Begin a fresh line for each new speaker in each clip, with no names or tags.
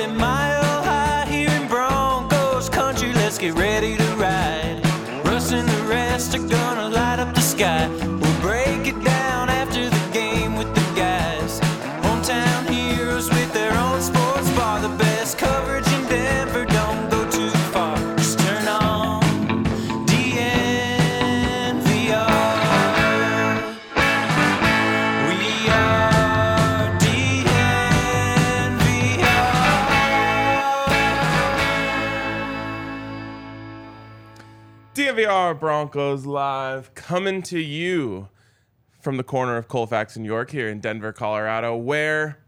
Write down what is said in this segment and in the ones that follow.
at mile high here in Broncos country. Let's get ready to ride. Russ and the rest are gonna light up the sky. We'll break it down after the game with the guys. Hometown heroes with their own sports bar. The best coverage in Denver. Don't go too far. Just turn on DNVR. We are
DNVR Broncos live coming to you from the corner of Colfax and York here in Denver, Colorado, where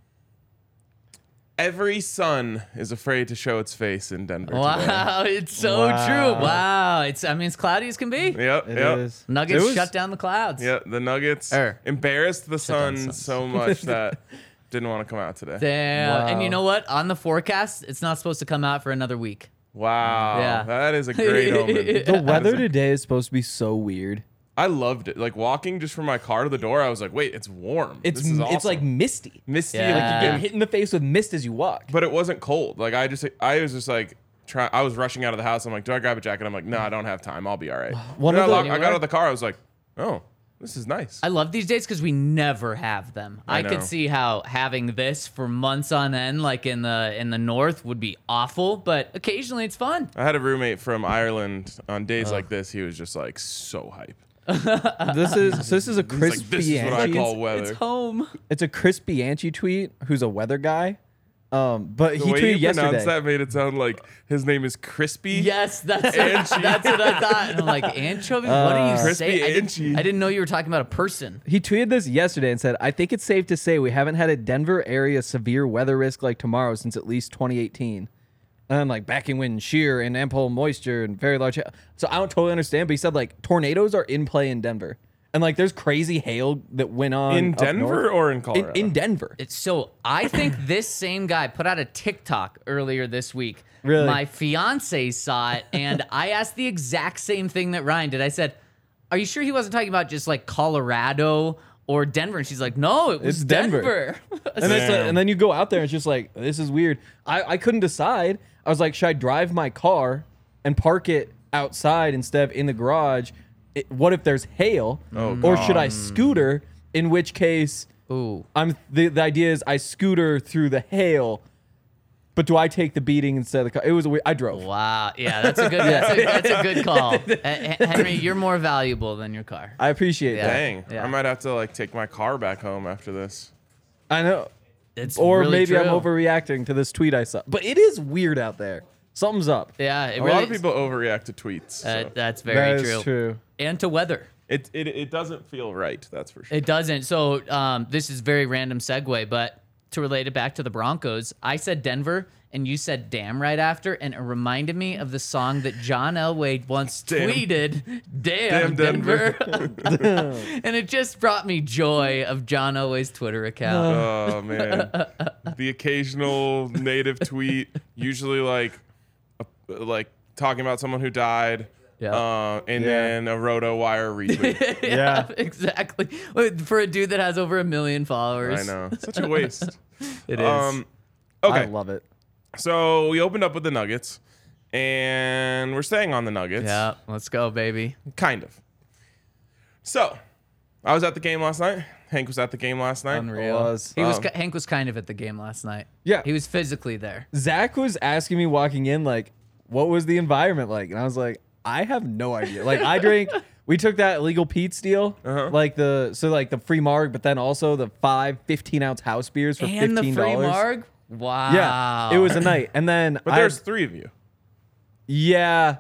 every sun is afraid to show its face in Denver. Today.
Wow, it's so true. Wow, it's I mean it's cloudy as can be.
Yep,
It
yep.
is.
Nuggets
It was-
shut down the clouds.
Yep, the Nuggets
Er.
embarrassed the sun
down Suns.
so much that didn't want to come out today.
Damn. And you
Wow.
know what? On the forecast, it's not supposed to come out for another week.
Wow.
Yeah.
That is a great omen.
The weather today is supposed to be so weird.
I loved it. Like walking just from my car to the door, I was like, wait, it's warm.
It's
This is
it's like
awesome.
misty.
misty. like,
Yeah.
Like
Ah.
you get hit in the face with mist as you walk.
but it wasn't cold. Like I just, I was just like, try. I was rushing out of the house. I'm like, do I grab a jacket? I'm like, no, I don't have time. I'll be all right.
One
Then
of
I,
the-
lock- I got out of the car. I was like, oh, this is nice.
I love these dates because we never have them. I,
know.
could see how having this for months on end, like in the in the north, would be awful, but occasionally it's fun.
I had a roommate from Ireland on days like this. He was just like so hype.
This is so this is a
He's
Chris
like, this is what I
Bianchi-
call weather.
It's home.
It's a Chris Bianchi tweet who's a weather guy. Um, but
The
he
way you
tweeted yesterday.
pronounced that made it sound like his name is Crispy.
Yes, that's that's what I thought. And I'm like, anchovies? what are you
Crispy
saying? I
anchy.
didn't, I didn't know you were talking about a person.
He tweeted this yesterday and said, "I think it's safe to say we haven't had a Denver area severe weather risk like tomorrow since at least 2018." And I'm like backing wind, shear, and ample moisture, and very large. hail." So I don't totally understand, but he said like tornadoes are in play in Denver, and like there's crazy hail that went on
In
up
Denver
north.
or in
in,
Colorado?
in Denver.
It's so I think this same guy put out a TikTok earlier this week.
Really?
My fiance saw it and I asked the exact same thing that Ryan did. I said, Are you sure he wasn't talking about just like Colorado or Denver? And she's like, No, it was
It's Denver."
Denver.
And, it's like,
Damn.
and then you go out there and it's just like, this is weird. I, I couldn't decide. I was like, should I drive my car and park it outside instead of in the garage? It- what if there's hail?
Oh,
or should I scooter? In which case,
Ooh.
I'm the, the idea is I scooter through the hail, but do I take the beating instead of the car? It was a weird. I drove.
Wow. Yeah, that's a good that's, a, that's a good call. H- H- Henry, you're more valuable than your car.
I appreciate that.
Dang,
Yeah.
I might have to like take my car back home after this.
I know.
It's
Or
really
maybe I'm
true.
overreacting to this tweet I saw. But it is weird out there. Something's up.
Yeah, it
A
really
lot of people overreact to tweets.
uh,
so.
that's very
That is true.
And to weather.
it, it it doesn't feel right. That's for sure.
It doesn't. So um, this is very random segue, but to relate it back to the Broncos, I said Denver and you said damn right after, and it reminded me of the song that John Elway once
Damn.
tweeted, "Damn,
Damn, Denver."
Denver,", and it just brought me joy of John Elway's Twitter account.
Oh man, the occasional native tweet, usually like a, like talking about someone who died,
Yeah.
uh, and then a roto wire retweet.
yeah,
Uh.
exactly. For a dude that has over a million followers,
I know, such a waste.
it is.
Um, okay,
I love it.
so we opened up with the Nuggets, and we're staying on the Nuggets.
Yeah, let's go, baby.
Kind of. So, I was at the game last night. Hank was at the game last night.
Unreal. Was.
He was
Um,
ki- Hank was kind of at the game last night.
Yeah.
he was physically there.
Zach was asking me walking in, like, what was the environment like? And I was like, I have no idea. Like, I drank, we took that illegal Pete's deal,
Uh-huh.
like the, so like the free marg, but then also the five 15 ounce house beers for
and the
$15.
free marg. Wow.
Yeah. It was a night. And then,
But
I-
there's three of you.
yeah,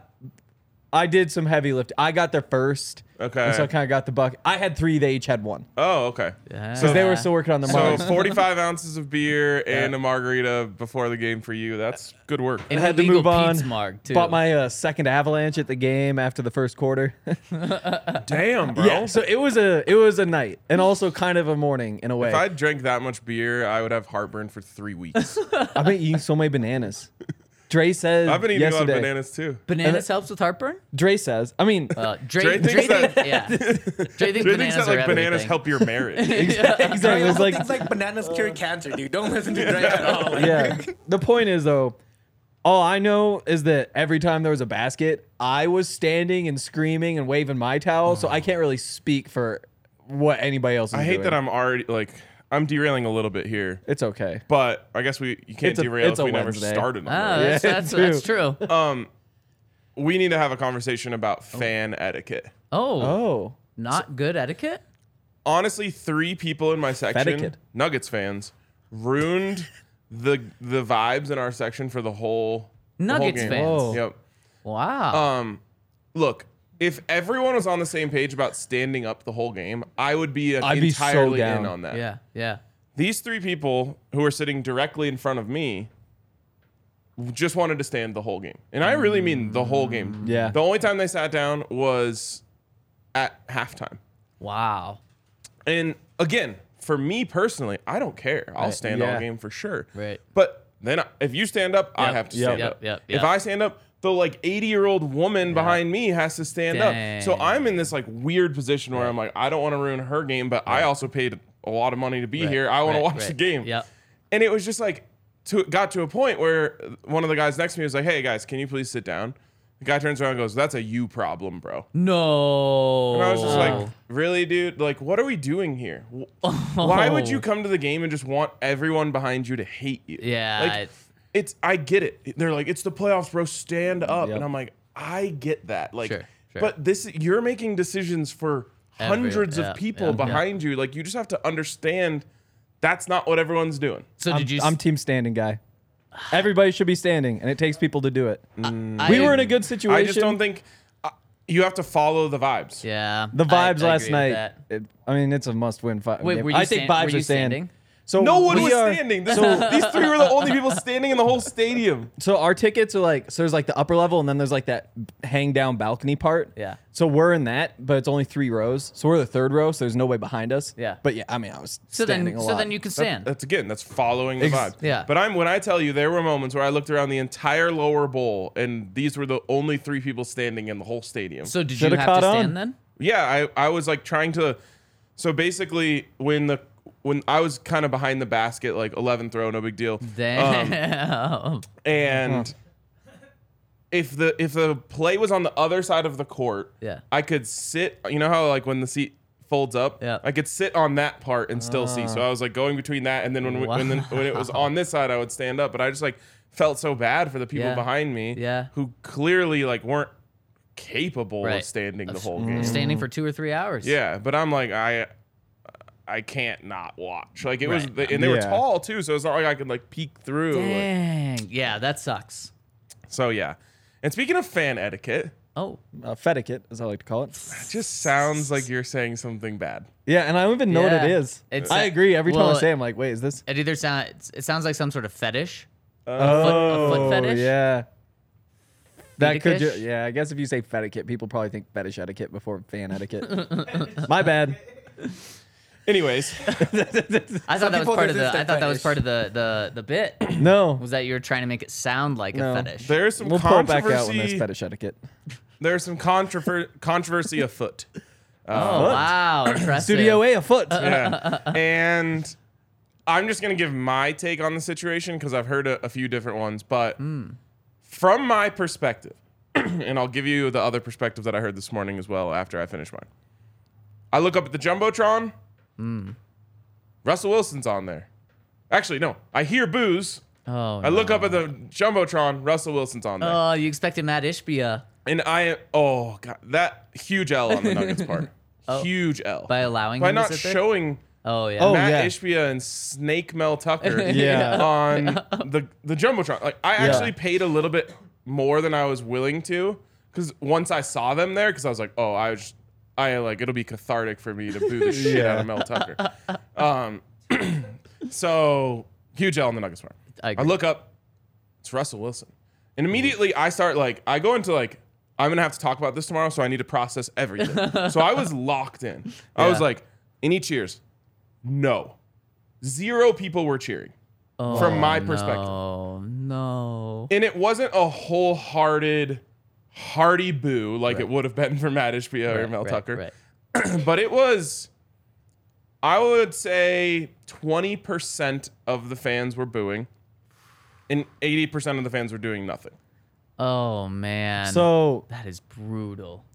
I did some heavy lift. I got there first.
Okay.
And so I kind of got the bucket. I had three, they each had one.
Oh, okay.
Because they
Yeah.
were still working on the
So
margs.
45 ounces of beer and a margarita before the game for you. That's good work.
And
I had to
illegal
move on.
Pete's marg too.
Bought my uh, second avalanche at the game after the first quarter.
Damn, bro.
yeah, so it was a it was a night and also kind of a morning in a way.
if I drank that much beer, I would have heartburn for three weeks.
I've been eating so many bananas. Dre says
I've been eating
yesterday,
a lot of bananas too.
bananas helps with heartburn.
Dre says, I mean,
Uh,
Dre
Dre, Dre,
thinks
think-
that-
yeah. Dre thinks
Do you think
bananas
that
are
like bananas
everything.
help your marriage?
exactly. It's like
it's like bananas cure cancer, dude. Don't listen to Drake at all. Like,
yeah. The point is though, all I know is that every time there was a basket, I was standing and screaming and waving my towel, so I can't really speak for what anybody else is
Oh. I hate
doing.
that I'm already like I'm derailing a little bit here,
It's okay.
but I guess we you can't
It's a-
derail
it's
if
a
we never
Wednesday. Ah.
started. on
Oh,
this.
that's,
Yeah,
that's, that's true.
We need to have a conversation about fan etiquette.
oh,
Oh.
not good etiquette.
Honestly, three people in my section,
Etiquette.
Nuggets fans, ruined the the vibes in our section for the whole the whole
Nuggets
game.
fans.
Whoa.
Yep.
Wow.
Um, look, if everyone was on the same page about standing up the whole game, I would be uh,
I'd be so
entirely in
down.
on that.
yeah, yeah.
These three people who are sitting directly in front of me just wanted to stand the whole game. And I really mean the whole game.
Yeah.
The only time they sat down was at halftime.
Wow.
And again, for me personally, I don't care. I'll stand all
yeah.
game for sure.
Right.
But then I- if you stand up, I
Yep,
have to
yep,
stand
yep,
up.
yep,
If
yep.
I stand up, the like 80 year old woman behind me has to stand up. So
Dang.
I'm in this like weird position where I'm like, I don't want to ruin her game, but I also paid a lot of money to be here. I want to
right,
watch
right.
the game.
Yep.
And it was just like, to, got to a point where one of the guys next to me was like, hey guys, can you please sit down? The guy turns around and goes, that's a you problem, bro.
No.
And I was just like,
Oh.
really, dude? Like, what are we doing here? Wh- Why
Oh.
would you come to the game and just want everyone behind you to hate you?
Yeah,
Like,
it's-
it's, I get it. They're like, it's the playoffs, bro. Stand up.
Yep.
And I'm like, I get that. Like,
Sure, sure.
but this, you're making decisions for
Every-
hundreds
yeah,
of people
yeah, yeah.
behind you. Like, you just have to understand that's not what everyone's doing.
so
I'm,
did you? s-
I'm team standing guy. Everybody should be standing, and it takes people to do it.
I-
we were in a good situation.
I just don't think uh, you have to follow the vibes.
Yeah.
the
I-
vibes
I
last
agree with
night.
that.
it- I mean, it's a must-win fight.
Wait, were you
I think
stan-
vibes
were you
are standing.
standing?
So
No one
we
was
are-
standing. This, these three were the only people standing in the whole stadium.
So our tickets are like so. There's like the upper level, and then there's like that hang down balcony part.
Yeah.
So we're in that, but it's only three rows. So we're the third row. So there's nobody behind us.
Yeah.
But yeah, I mean, I was
So
standing
then,
a
so
lot.
then you can stand.
That's again, that's following the
Ex-
vibe.
yeah.
But I'm when I tell you there were moments where I looked around the entire lower bowl and these were the only three people standing in the whole stadium.
so did you
Shoulda
have to
caught on.
stand then?
yeah, I, I was like trying to so basically when the when I was kind of behind the basket, like 11th row, no big deal.
Damn.
And if the if the play was on the other side of the court,
Yeah.
I could sit. You know how like when the seat folds up,
Yeah.
I could sit on that part and still see. So I was like going between that, and then when we, when, then, when it was on this side, I would stand up. But I just like felt so bad for the people
Yeah.
behind me,
Yeah.
who clearly like weren't capable of
Right.
standing the
Of
whole game.
standing for two or three hours.
Yeah, but I'm like I. I can't not watch. Like it was,
Right.
and they were
Yeah.
tall too, so it's not like I could like peek through. Like,
Dang. Yeah, that sucks.
so yeah. And speaking of fan etiquette,
Oh,
uh, fetiquette, as I like to call it.
it just sounds like you're saying something bad.
Yeah, and I don't even know what it
Yeah.
is.
It's
I
a-
agree. Every time
well,
I say, it, I'm like, wait, is this?
it either sounds uh, it sounds like some sort of fetish.
Oh,
foot fetish?
yeah. That could, ju-
Feticish?
yeah. I guess if you say etiquette, people probably think fetish etiquette before fan etiquette. My bad.
Anyways,
I thought that was
people
part of the.
resist
I
their
thought that
fetish.
was part of the the the bit
No,
was that you were trying to make it sound like
No.
a fetish.
there's some
we'll pull it back
controversy.
out when there's fetish etiquette.
There's some controver- controversy afoot.
oh wow, impressive.
Studio A afoot.
Uh,
Yeah. and
Hmm.
I'm just gonna give my take on the situation because I've heard a, a few different ones, but From my perspective, and I'll give you the other perspective that I heard this morning as well after I finish mine. I look up at the Jumbotron.
Hmm.
Russell Wilson's on there. Actually, no. I hear booze.
Oh,
I look up at the Jumbotron. Russell Wilson's on there.
oh, you expected Matt Ishbia
And I oh god, that huge L on the Nuggets part. huge L.
Oh. by allowing
By
him to
not
sit there?
showing
Oh yeah.
Oh,
Matt
yeah.
Ishbia and Snake Mel Tucker
Yeah.
on the the Jumbotron. Like I actually paid a little bit more than I was willing to cuz once I saw them there cuz I was like, "Oh, I was I like it'll be cathartic for me to boo the shit out of Mel Tucker." Um so huge L on the Nuggets part.
I
I
agree.
look up it's Russell Wilson. And immediately I start like I go into like I'm gonna have to talk about this tomorrow, so I need to process everything. so I was locked in. I was like, any cheers? No. Zero people were cheering. from my perspective.
Oh no.
And it wasn't a wholehearted hearty boo like it would have been for Matt Ishbia or Mel
Right,
Tucker.
right.
But it was I would say 20% of the fans were booing and 80% of the fans were doing nothing.
Oh man.
So
that is brutal.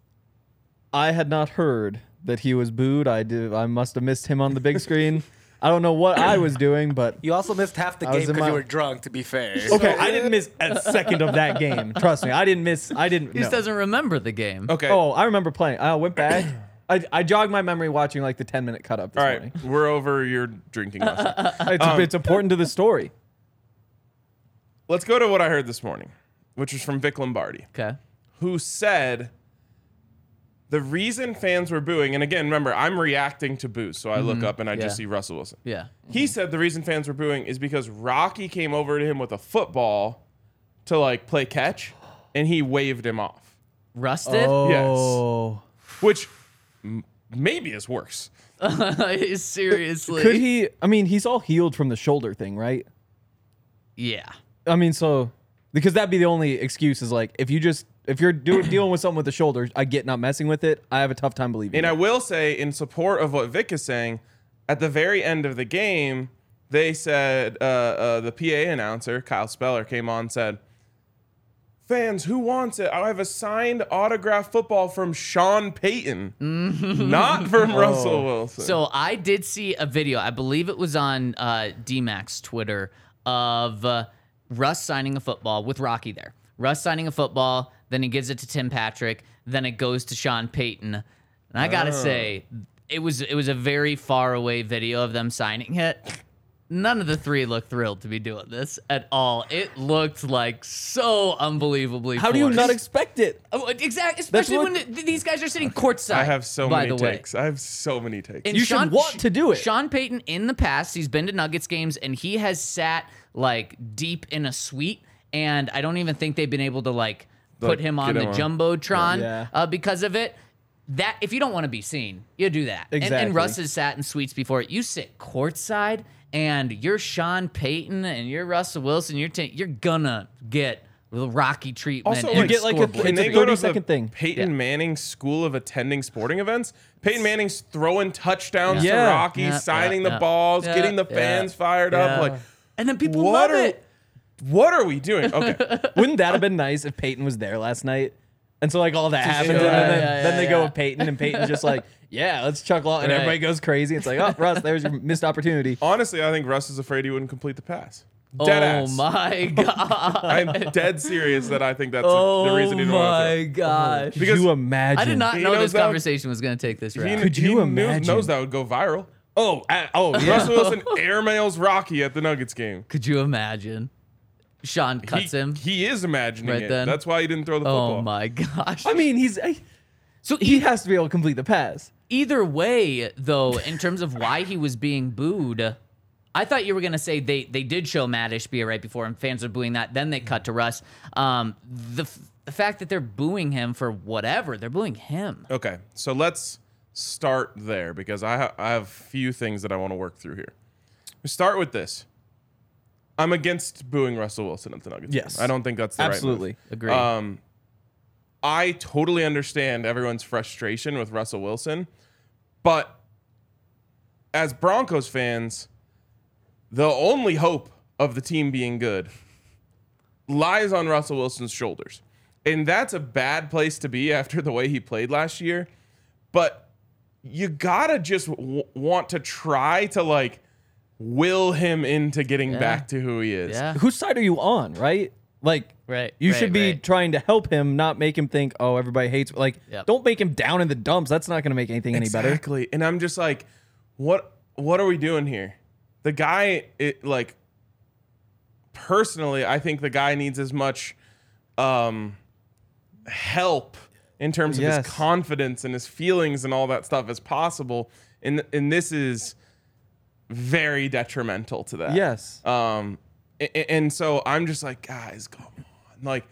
I had not heard that he was booed. I did. I must have missed him on the big screen. I don't know what I was doing, but
You also missed half the
I was
game
in
because
my-
you were drunk. To be fair.
okay, I didn't miss a second of that game. Trust me, I didn't miss. I didn't.
He just
no.
doesn't remember the game.
Okay.
Oh, I remember playing. I went back. I, I jogged my memory watching like the ten minute cut up. This
All right,
morning.
we're over your drinking lesson.
It's, it's important to the story.
Let's go to what I heard this morning, which was from Vic Lombardi,
Okay.
who said the reason fans were booing, and again, remember, I'm reacting to boos, so I look up and I just
Mm-hmm. yeah.
see Russell Wilson.
Yeah.
He said the reason fans were booing is because Rocky came over to him with a football to like play catch, and he waved him off.
Rusted.
Oh,
Yes, which m- maybe is worse.
Seriously.
could he? I mean, he's all healed from the shoulder thing, right?
Yeah.
I mean, so because that'd be the only excuse is like if you just if you're do, dealing with something with the shoulder, I get not messing with it. I have a tough time believing.
And
it.
I will say, in support of what Vic is saying, at the very end of the game, they said uh, uh, the PA announcer Kyle Speller came on and said, "Fans, who wants it? I have a signed autograph football from Sean Payton, not from Russell Wilson."
So I did see a video. I believe it was on uh, DMAX Twitter of uh, Russ signing a football with Rocky there. Russ signing a football, then he gives it to Tim Patrick, then it goes to Sean Payton. And I gotta say, it was it was a very far away video of them signing it. None of the three looked thrilled to be doing this at all. It looked like so unbelievably.
How do you
forced.
not expect it?
Oh, exactly, especially
what-
when th- these guys are sitting courtside.
I have so
by
many
the way.
takes. I have so many takes.
And
You should want to do it.
Sean Payton in the past, he's been to Nuggets games and he has sat like deep in a suite, and I don't even think they've been able to like put
Like,
him on
get
the
him on.
jumbotron
Yeah.
uh, because of it. That if you don't want to be seen, you do that. And- And,
Exactly.
Russ has sat in suites before. You sit courtside, and you're Sean Payton and you're Russell Wilson. You're t- you're gonna get the rocky treatment.
Also,
and
You
get, like, a
scoreboard.
It's
Can they
a
go to
30 second
the
thing.
Peyton Manning School of Attending Sporting Events? Peyton Manning's throwing touchdowns
Yeah.
to
Yeah.
Rocky,
Yeah,
signing
yeah,
the
yeah.
balls,
Yeah,
getting the
yeah,
fans fired up.
yeah.
Like,
and then people
what
love
are
it.
what are we doing? Okay,
Wouldn't that have been nice if Peyton was there last night? And so like all that happens, and
yeah,
then,
yeah,
then
yeah,
they go
yeah.
with Peyton, and Peyton just like, yeah, let's chuckle out, and
Right.
everybody goes crazy. It's like, oh, Russ, there's your missed opportunity.
honestly, I think Russ is afraid he wouldn't complete the pass. Dead
oh
ass.
my god.
I'm dead serious that I think that's
Oh
the reason he didn't want to Oh,
my gosh.
Could you imagine?
I did not
He
know
knows
this
that-
conversation was going to take this
throw. He,
route.
Could
he
you
knew-
imagine?
Knows that would go viral.
Oh, I- oh, yeah.
Russell Wilson airmails Rocky at the Nuggets game.
Could you imagine? Sean cuts
he,
him.
He is imagining
Right
it.
then.
That's why he didn't throw the football.
Oh my gosh.
I mean, he's I-
so
he
he,
has to be able to complete the pass.
either way, though, in terms of why he was being booed, I thought you were going to say they, they did show Matt Ishbia right before and fans were booing that. Then they cut to Russ. Um, the, f- the fact that they're booing him for whatever, they're booing him.
Okay, so let's start there because I, ha- I have a few things that I want to work through here. We start with this. I'm against booing Russell Wilson at the Nuggets. game.
Yes.
I don't think that's the
Absolutely.
right move.
Agreed.
Um, I totally understand everyone's frustration with Russell Wilson, but as Broncos fans, the only hope of the team being good lies on Russell Wilson's shoulders. And that's a bad place to be after the way he played last year. But you gotta just w- want to try to like will him into getting back to who he is.
Yeah.
Whose side are you on, right? Like,
Right,
you
right,
should be
right.
trying to help him, not make him think, oh, everybody hates. Like,
Yep.
don't make him down in the dumps. That's not going to make anything any better.
Exactly. And I'm just like, what what are we doing here? The guy it like personally, I think the guy needs as much um help in terms of
Yes.
his confidence and his feelings and all that stuff as possible. And and this is very detrimental to that.
Yes.
Um, a- a- and, so I'm just like, guys, come on. Like,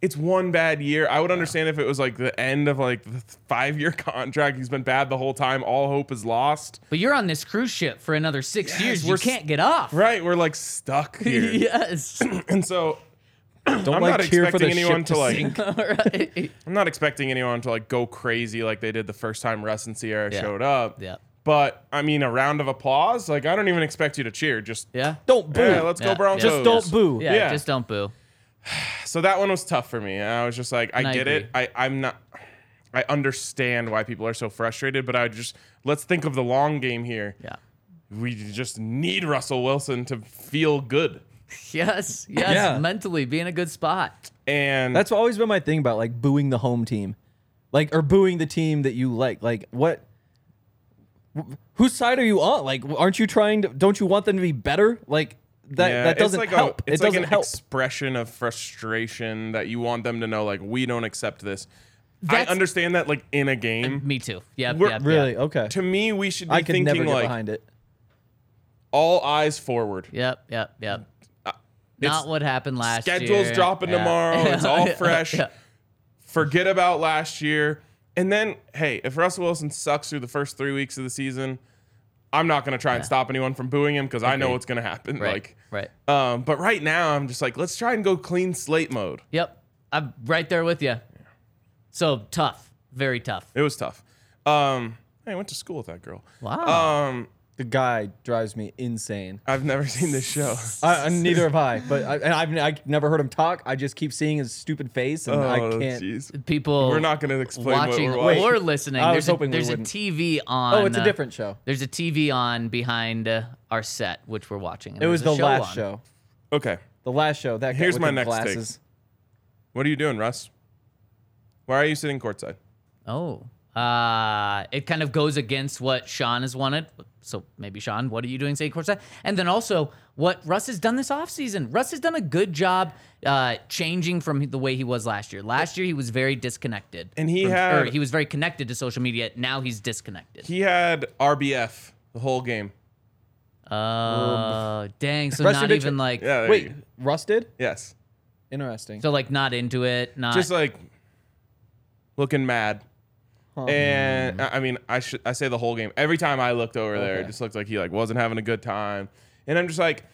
it's one bad year. I would understand if it was like the end of like the five year contract. He's been bad the whole time. All hope is lost.
But you're on this cruise ship for another six years. You
we're s-
can't get off.
Right. We're like stuck here.
Yes.
And so
don't
I'm
like
not
cheer for the
expecting anyone
ship
to, like-
sink.
Right.
I'm not expecting anyone to like go crazy like they did the first time Russ and Sierra
Yeah.
showed up.
Yep.
But I mean, a round of applause. Like, I don't even expect you to cheer. Just,
Yeah.
Don't boo.
yeah, let's
Yeah.
go, Broncos.
Just don't boo.
Yeah,
Yeah.
Just don't boo.
So that one was tough for me. And I was just like, I
And I
get it.
agree.
I, I'm not. I understand why people are so frustrated, but I just let's think of the long game here.
Yeah.
We just need Russell Wilson to feel good,
Yes. Yes. Mentally be in a good spot.
and
That's always been my thing about like booing the home team, like or booing the team that you like. Like what? wh- Whose side are you on? Like, aren't you trying to? Don't you want them to be better? Like that.
yeah,
that doesn't
it's like
help.
A, it's
it
like
doesn't
an
help.
expression of frustration that you want them to know, like we don't accept this.
That's-
I understand that, like in a game.
Me too. Yeah.
We're-
Yeah.
really okay.
To me, we should be
I can never
thinking
get
like
behind it.
all eyes forward.
Yep. Yep. Yep.
Uh, it's-
Not what happened last year.
schedule's dropping
Yeah.
tomorrow. It's all
Yeah.
fresh.
Yeah.
Forget about last year. And then, hey, if Russell Wilson sucks through the first three weeks of the season, I'm not going to try and stop anyone from booing him because I know what's going to happen.
Right.
Like,
right.
um, but right now, I'm just like, let's try and go clean slate mode.
Yep. I'm right there with you. So tough. Very tough.
It was tough. Um, I went to school with that girl.
Wow.
Um,
The guy drives me insane.
I've never seen this show.
I, I- neither have I, but I, and I've, I've never heard him talk. I just keep seeing his stupid face, and I
Oh,
can't.
jeez.
People.
We're not going to explain
watching
what we're watching.
or listening.
I was
there's a,
hoping we
there's a
wouldn't.
TV on.
Oh, it's a
uh,
different show.
There's a TV on behind uh, our set, which we're watching. and
It was the
there's a
last
on.
show.
Okay.
The last show. That guy
Here's
with
my
the
next take.
glasses.
What are you doing, Russ? Why are you sitting courtside?
Oh, uh, it kind of goes against what Sean has wanted. So maybe Sean, what are you doing, say courtside? And then also what Russ has done this offseason. Russ has done a good job uh, changing from the way he was last year. Last year he was very disconnected,
And he
from-
had-
or he was very connected to social media. Now he's disconnected.
He had RBF the whole game.
Oh, Uh, dang! So
Russ,
not
did
even
you-
like
Yeah. there
Wait,
you go.
rusted?
Yes.
Interesting.
So like not into it, not
Just like looking mad. And I I mean, I should I say the whole game. Every time I looked over there, it just looked like he like wasn't having a good time. And I'm just like,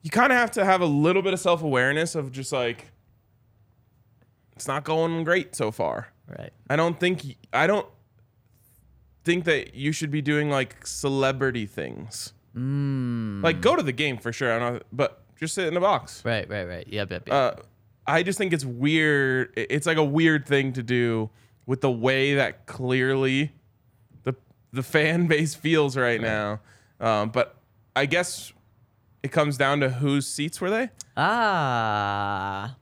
you kind of have to have a little bit of self awareness of just like, it's not going great so far.
right.
I don't think y- I don't think that you should be doing like celebrity things. Like go to the game for sure. I don't know, but just sit in the box.
Right, right, right. Yep, yep, yep.
uh, I just think it's weird. i- It's like a weird thing to do with the way that clearly the the fan base feels right now. Um, but I guess it comes down to whose seats were they?
ah.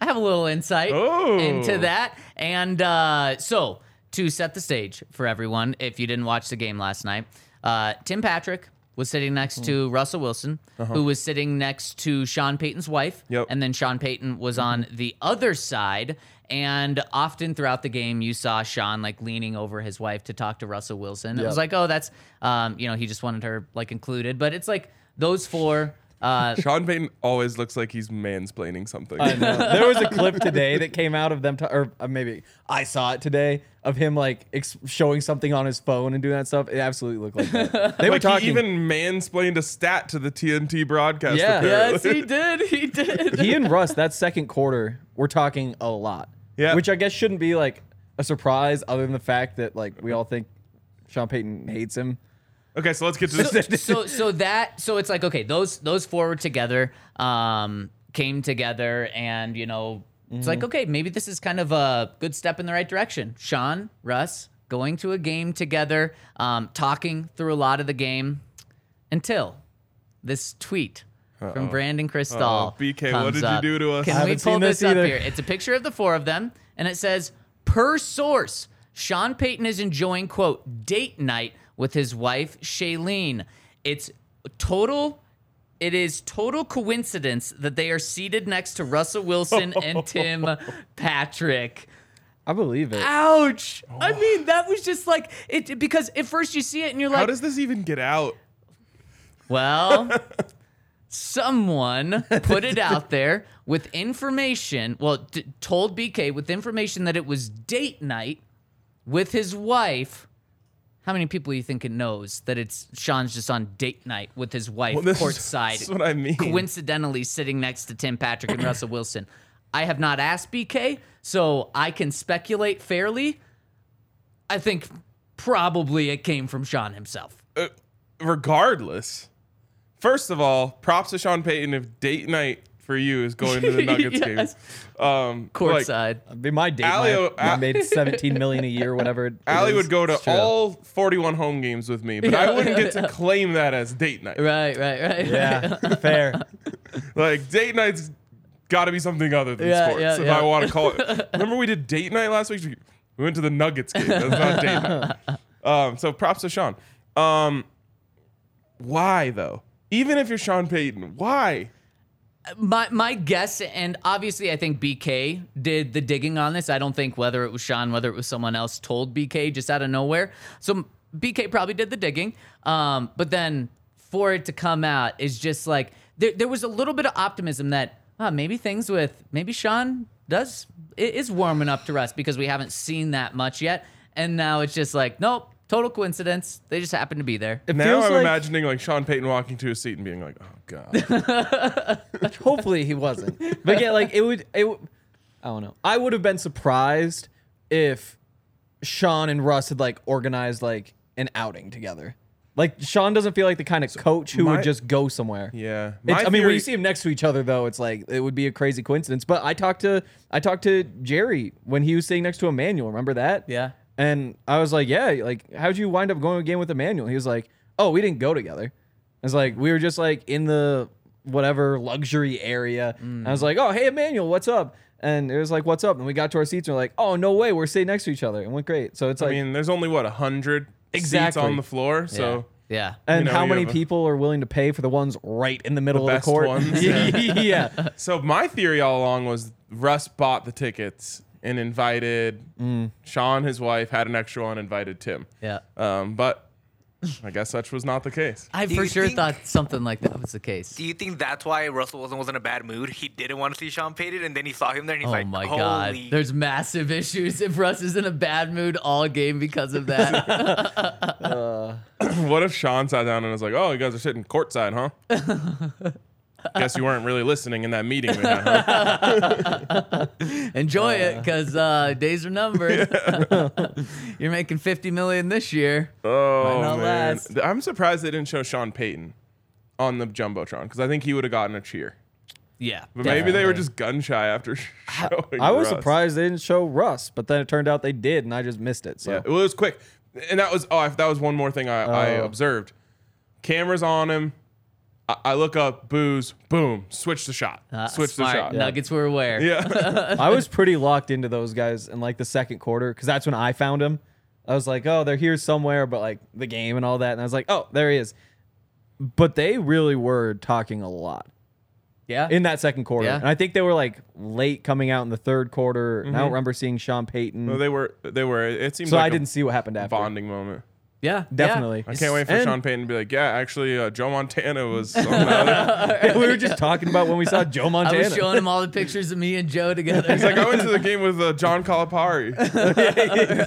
I have a little insight
Oh.
into that. And uh, so, to set the stage for everyone, if you didn't watch the game last night, uh, Tim Patrick was sitting next to Russell Wilson, who was sitting next to Sean Payton's wife.
Yep.
And then Sean Payton was on the other side. And often throughout the game, you saw Sean like leaning over his wife to talk to Russell Wilson. It was like, oh, that's, um, you know, he just wanted her like included. But it's like those four. Uh,
Sean Payton always looks like he's mansplaining something.
I know. there was a clip today that came out of them, to, or uh, maybe I saw it today of him like ex- showing something on his phone and doing that stuff. It absolutely looked like that. They were
like
talking.
he even mansplained a stat to the TNT broadcast.
Yeah.
yes,
apparently.
he did. He did.
he and Russ that second quarter were talking a lot.
Yeah.
which I guess shouldn't be like a surprise, other than the fact that like we all think Sean Payton hates him.
Okay, so let's get to this.
so so that so it's like okay those those four were together um came together and, you know, it's like, okay, maybe this is kind of a good step in the right direction. Sean, Russ, going to a game together, um, talking through a lot of the game until this tweet from Brandon Cristal.
Uh-oh. BK, what
comes
did you
up.
do to us?
Can
I
we
haven't
pull
seen
this,
this
up
either.
here? It's a picture of the four of them, and it says, per source, Sean Payton is enjoying, quote, date night with his wife, Shailene. It's total. It is total coincidence that they are seated next to Russell Wilson and Tim Patrick.
I believe it.
Ouch! I mean, that was just like it because at first you see it and you're
How
like,
does this even get out?
well, someone put it out there with information. Well, d- told BK with information that it was date night with his wife. How many people you think it knows that it's Sean's just on date night with his wife
this is-
courtside?
this is what I mean.
Coincidentally, sitting next to Tim Patrick and Russell Wilson. I have not asked BK, so I can speculate fairly. I think probably it came from Sean himself.
Regardless, first of all, props to Sean Payton if date night for you is going to the Nuggets
Yes.
game. Um, like,
Courtside.
It'd be my date.
Allie-
night. I
Al-
made 17 million a year, whatever. it- it
Allie
is.
would go to
It's true.
all 41 home games with me, but I wouldn't get to claim that as date night.
Right, right, right.
Yeah, fair.
Like date night's got to be something other than
Yeah,
sports.
yeah,
if
yeah.
I want to call it. Remember we did date night last week. We- We went to the Nuggets game. That's not date night. Um, so props to Sean. Um, why though? Even if you're Sean Payton, why?
My my guess, and obviously, I think BK did the digging on this. I don't think whether it was Sean, whether it was someone else, told BK just out of nowhere. So BK probably did the digging. Um, but then for it to come out is just like there, there was a little bit of optimism that ah, maybe things with maybe Sean does it is warming up to us because we haven't seen that much yet, and now it's just like nope, total coincidence. They just happened to be there.
It
Now
feels
I'm
like
imagining like Sean Payton walking to his seat and being like, "Oh God,
hopefully he wasn't. But yeah, like it would. It. would- I don't know. I would have been surprised if Sean and Russ had like organized like an outing together. Like Sean doesn't feel like the kind of coach who
my-
would just go somewhere.
yeah."
It's,
My
I mean, when
theory-
you see them next to each other, though, it's like it would be a crazy coincidence. But I talked to I talked to Jerry when he was sitting next to Emmanuel. Remember that?
Yeah.
And I was like, yeah, like how'd you wind up going again with Emmanuel? He was like, oh, we didn't go together. It's like we were just like in the whatever luxury area. And I was like, oh, hey, Emmanuel, what's up? And it was like, what's up? And we got to our seats and we're like, oh, no way, we're sitting next to each other. It went great. So it's
I
like,
mean, there's only what a hundred seats
Exactly.
on the floor, so
Yeah.
and
know,
how
you
many
have a-
people are willing to pay for the ones right in the middle of
best
the court?
ones,
yeah.
So my theory all along was Russ bought the tickets and invited Sean, his wife, had an extra one, invited Tim.
Mm. Yeah.
Um, but I guess such was not the case.
I
Do
for
you
sure
think-
thought something like that was the case.
Do you think that's why Russell Wilson was in a bad mood? He didn't want to see Sean Payton, and then he saw him there, and he's
oh
like,
my
Holy
god. There's massive issues if Russ is in a bad mood all game because of that.
what if Sean sat down and was like, "Oh, you guys are sitting courtside, huh?" Guess you weren't really listening in that meeting. We had, huh?
Enjoy it because uh, days are numbered. You're making 50 million this year.
Oh
not
man,
last.
I'm surprised they didn't show Sean Payton on the jumbotron because I think he would have gotten a cheer.
Yeah.
But maybe they were just gun shy after showing.
I was
Russ.
surprised they didn't show Russ, but then it turned out they did, and I just missed it. So
Yeah, well, it was quick, and that was oh, I- that was one more thing I, I
Oh.
observed. Cameras on him. I, I look up, booze, boom, switch the shot,
Ah,
switch
Uh, smart.
the shot.
Nuggets were aware.
Yeah,
I was pretty locked into those guys in like the second quarter because that's when I found him. I was like, oh, they're here somewhere, but like the game and all that, and I was like, oh, there he is. But they really were talking a lot
Yeah.
in that second quarter,
Yeah.
and I think they were like late coming out in the third quarter. And I
Mm-hmm.
don't remember seeing Sean Payton,
No, they were they were. It seemed
so
like
I
a
didn't see what happened after.
bonding moment.
yeah.
Definitely.
I can't wait for
And-
Sean Payton to be like, yeah, actually, uh, Joe Montana was. on the other-"
we were just talking about when we saw Joe
I
Montana.
was showing him all the pictures of me and Joe together.
He's like, I went to the game with uh, John Calipari, which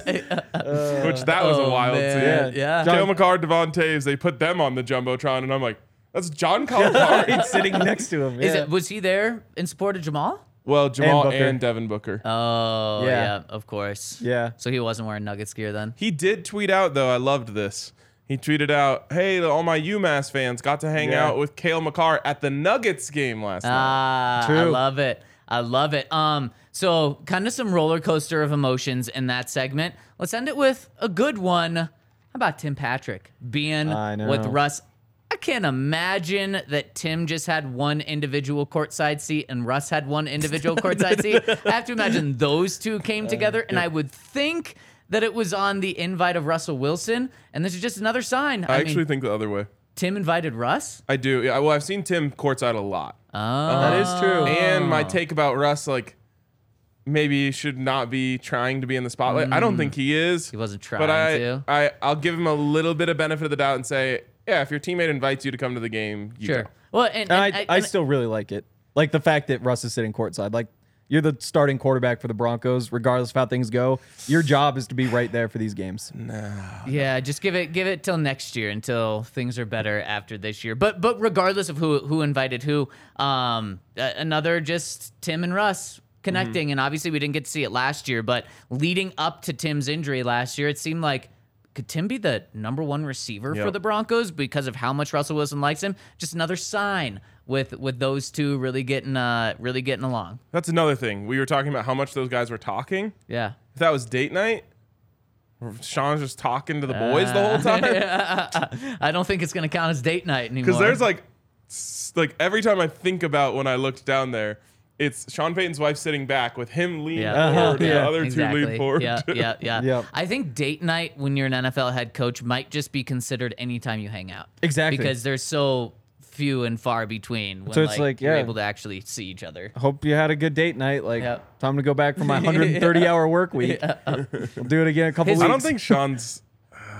that was a
oh,
wild
man.
scene.
Yeah.
Joe McCard, Devon Taves, they put them on the jumbotron, and I'm like, that's John Calipari.
He's sitting next to him.
Is
yeah.
it, was he there in support of Jamal?
well, Jamal and,
Booker.
Devin Booker.
Oh, yeah.
Yeah.
of course.
Yeah.
So he wasn't wearing Nuggets gear then?
He did tweet out though. I loved this. He tweeted out, "Hey to all my UMass fans, got to hang out with Kale McCarr at the Nuggets game last night.
Ah, I
True.
love it. I love it. Um, so kind of some roller coaster of emotions in that segment. Let's end it with a good one. How about Tim Patrick being
I know.
with Russ? I can't imagine that Tim just had one individual courtside seat and Russ had one individual courtside seat. I have to imagine those two came
Uh,
together, and I would think that it was on the invite of Russell Wilson. And this is just another sign. I,
I
mean,
actually think the other way.
Tim invited Russ.
I do. Yeah, well, I've seen Tim courtside a lot,
Oh.
That is true.
and my take about Russ, like maybe he should not be trying to be in the spotlight. I don't think he is.
Mm. He wasn't trying
but I,
to.
I, I'll give him a little bit of benefit of the doubt and say, yeah, if your teammate invites you to come to the game, you
Sure.
go.
Well, and,
And
and-
I,
and-
I, still really like it. Like the fact that Russ is sitting courtside. Like you're the starting quarterback for the Broncos, regardless of how things go. Your job is to be right there for these games.
Yeah, just give it give it till next year until things are better after this year. But but regardless of who who invited who, um, a- another just Tim and Russ connecting,
Mm-hmm.
and obviously we didn't get to see it last year. But leading up to Tim's injury last year, it seemed like could Tim be the number one receiver for
Yep.
the Broncos because of how much Russell Wilson likes him? Just another sign with with those two really getting uh really getting along.
That's another thing. We were talking about how much those guys were talking.
Yeah.
If that was date night, Sean's just talking to the boys the whole
Ah.
time.
I don't think it's gonna count as date night anymore.
Because there's like, s- like every time I think about when I looked down there, it's Sean Payton's wife sitting back with him leaning
Yeah.
forward and Uh-huh. the
Yeah.
other two lean forward.
Yeah, yeah, yeah.
Yep.
I think date night when you're an NFL head coach might just be considered anytime you hang out.
Exactly.
Because there's so few and far between when
So it's
like,
like,
you're
yeah.
able to actually see each other.
Hope you had a good date night. Like
Yeah.
time to go back for my 130 hour work week. we'll do it again in a couple
His-
weeks.
I don't think Sean's.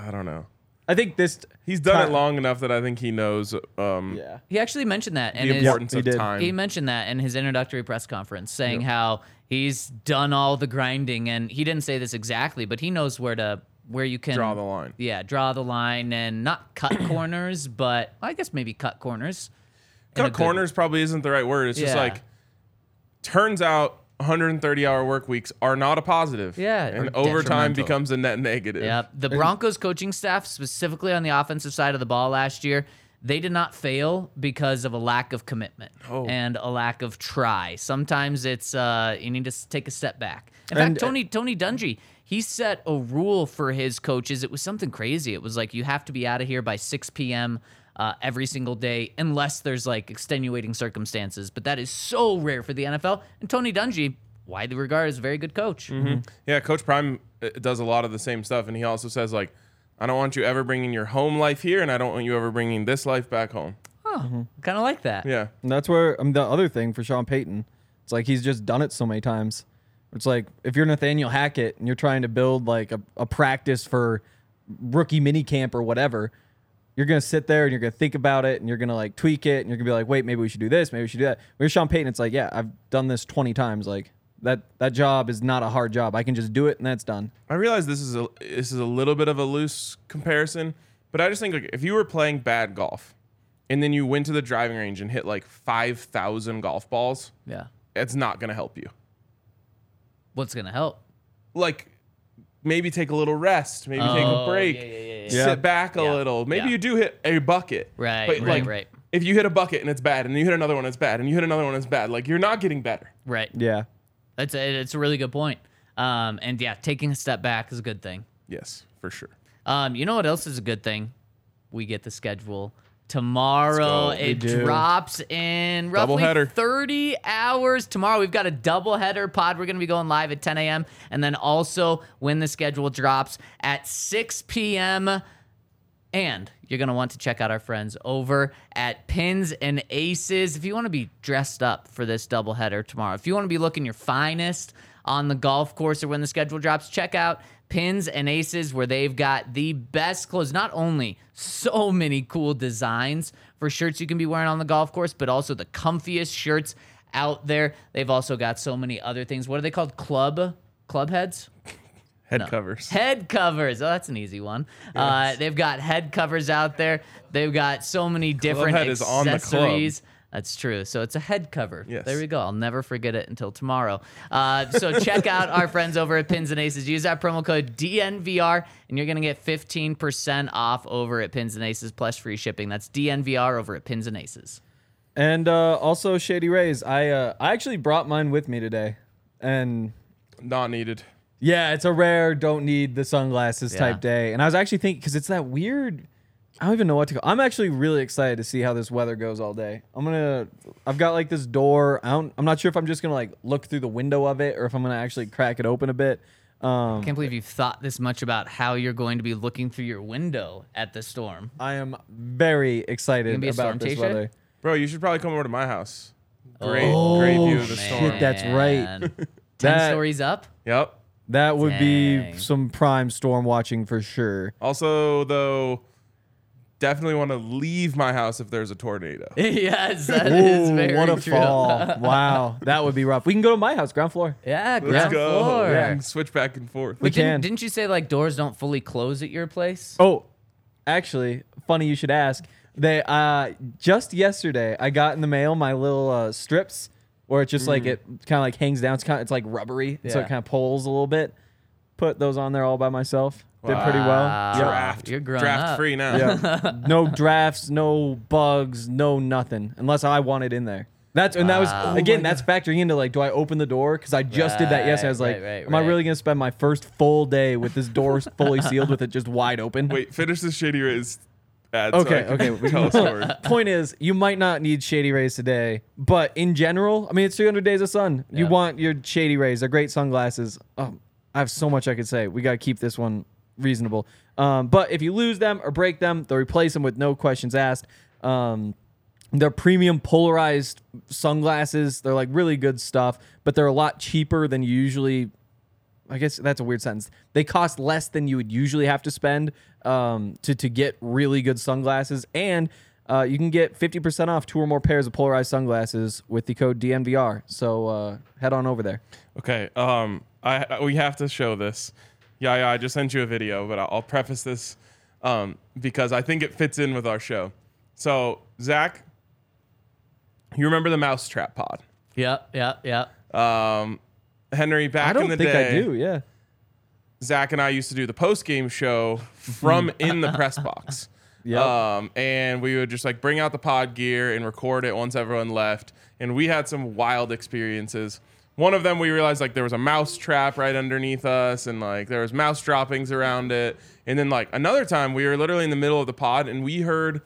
I don't know.
I think this.
He's done
Ti-
it long enough that I think he knows um,
Yeah.
He actually mentioned that and
the
his,
importance
he
of
did.
time.
he mentioned that in his introductory press conference saying how he's done all the grinding and he didn't say this exactly, but he knows where to where you can
Draw the line.
Yeah, draw the line and not cut corners, but I guess maybe cut corners. in a
Cut
good-
corners probably isn't the right word. It's just
Yeah.
like, turns out 130 hour work weeks are not a positive.
Yeah,
And
or
overtime
detrimental.
becomes a net negative.
Yep. The Broncos coaching staff, specifically on the offensive side of the ball last year, they did not fail because of a lack of commitment and a lack of try. Sometimes it's uh, you need to s- take a step back. In fact, Tony Tony Dungy, he set a rule for his coaches. It was something crazy. It was like you have to be out of here by 6 p.m. Uh, every single day, unless there's like extenuating circumstances, but that is so rare for the NFL. And Tony Dungy, widely regarded as a very good coach.
Mm. Mm-hmm. Yeah, Coach Prime uh, does a lot of the same stuff, and he also says like, "I don't want you ever bringing your home life here, and I don't want you ever bringing this life back home."
Kind of like that.
Yeah,
And that's where um, the other thing for Sean Payton. It's like he's just done it so many times. It's like if you're Nathaniel Hackett and you're trying to build like a, a practice for rookie mini camp or whatever, you're gonna sit there and you're gonna think about it and you're gonna like tweak it and you're gonna be like, wait, maybe we should do this, maybe we should do that. With Sean Payton, it's like, yeah, I've done this 20 times. Like that that job is not a hard job. I can just do it and that's done.
I realize this is a this is a little bit of a loose comparison, but I just think like, if you were playing bad golf, and then you went to the driving range and hit like five thousand golf balls,
Yeah.
it's not gonna help you.
What's gonna help?
Like, maybe take a little rest, maybe take a
Oh,
break,
yeah, yeah, yeah,
sit back a little. Maybe
yeah.
you do hit a bucket,
Right, right, right.
If you hit a bucket and it's bad, and you hit another one, it's bad, and you hit another one, it's bad. Like you're not getting better.
Right.
Yeah.
That's a, it's a really good point. Um, and yeah, taking a step back is a good thing.
Yes, for sure.
Um, you know what else is a good thing? We get the schedule tomorrow.
Let's go.
It drops in roughly
Doubleheader.
30 hours. Tomorrow we've got a double header pod. We're gonna be going live at 10 a.m. and then also when the schedule drops at 6 p.m. And you're going to want to check out our friends over at Pins and Aces. If you want to be dressed up for this doubleheader tomorrow, if you want to be looking your finest on the golf course or when the schedule drops, check out Pins and Aces, where they've got the best clothes. Not only so many cool designs for shirts you can be wearing on the golf course, but also the comfiest shirts out there. They've also got so many other things. What are they called? Club? Club heads?
Head covers.
Head covers. Oh, that's an easy one. Uh, they've got head covers out there. They've got so many different
head is on the club.
accessories. That's true. So it's a head cover.
Yes.
There we go. I'll never forget it until tomorrow. Uh, so check out our friends over at Pins and Aces. Use that promo code DNVR, and you're going to get 15% off over at Pins and Aces plus free shipping. That's DNVR over at Pins and Aces.
And uh, also Shady Rays. I uh, I actually brought mine with me today, and
Not needed.
yeah, it's a rare don't need the sunglasses type
Yeah.
day. And I was actually thinking because it's that weird. I don't even know what to. call I'm actually really excited to see how this weather goes all day. I'm gonna. I've got like this door. I don't. I'm not sure if I'm just gonna like look through the window of it or if I'm gonna actually crack it open a bit. Um,
Can't believe you've thought this much about how you're going to be looking through your window at the storm.
I am very
Gonna
excited
be a storm
about this
t-shirt?
weather.
Bro, you should probably come over to my house. Great, great
Oh,
view of the storm.
shit, that's right.
Man. 10
That-
stories up?
Yep.
That would
Dang.
be some prime storm watching for sure.
Also, though, definitely want to leave my house if there's a tornado.
yes, that is
Ooh,
very
what a
true.
fall! wow, that would be rough. We can go to my house, ground floor.
Yeah,
Let's
ground
go.
floor.
We can switch back and forth.
We
But didn't,
can.
didn't you say like doors don't fully close at your place?
Oh, actually, funny you should ask. They uh, just yesterday I got in the mail my little uh, strips where it's just like it kind of like hangs down. It's kind it's like rubbery, so
Mm. Yeah.
it kind of pulls a little bit. Put those on there all by myself. Did pretty well.
Wow.
Draft.
You're grown
Draft
up.
free now.
Yeah. no drafts, no bugs, no nothing, unless I want it in there. That's and that was again. That's factoring into like, do I open the door? Because I just did that yesterday. I was
Oh Right,
like,
right, right,
am I
right.
really gonna spend my first full day with this door fully sealed with it just wide open?
Wait, finish the shady rays. Ad
Okay,
so I
okay,
can
we-
Tell a story.
Point is, you might not need shady rays today, but in general, I mean, it's 300 days of sun. You want your shady rays. They're great sunglasses. Oh, I have so much I could say. We gotta keep this one reasonable. Um, but if you lose them or break them, they'll replace them with no questions asked. Um, they're premium polarized sunglasses. They're like really good stuff, but they're a lot cheaper than you usually. I guess that's a weird sentence. They cost less than you would usually have to spend um, to to get really good sunglasses, and uh, you can get fifty percent off two or more pairs of polarized sunglasses with the code DNVR. So uh, head on over there.
Okay. Um, I I- we have to show this. Yeah, yeah. I just sent you a video, but I'll, I'll preface this um, because I think it fits in with our show. So, Zach, you remember the Mousetrap Pod?
Yep, yep, yep.
Um, Henry, back
I don't
in the
think
day, Oh.
I do. Yeah,
Zach and I used to do the post game show from in the press box.
Yep.
Um, and we would just like bring out the pod gear and record it once everyone left. And we had some wild experiences. One of them we realized like there was a mouse trap right underneath us and like there was mouse droppings around it. And then like another time we were literally in the middle of the pod and we heard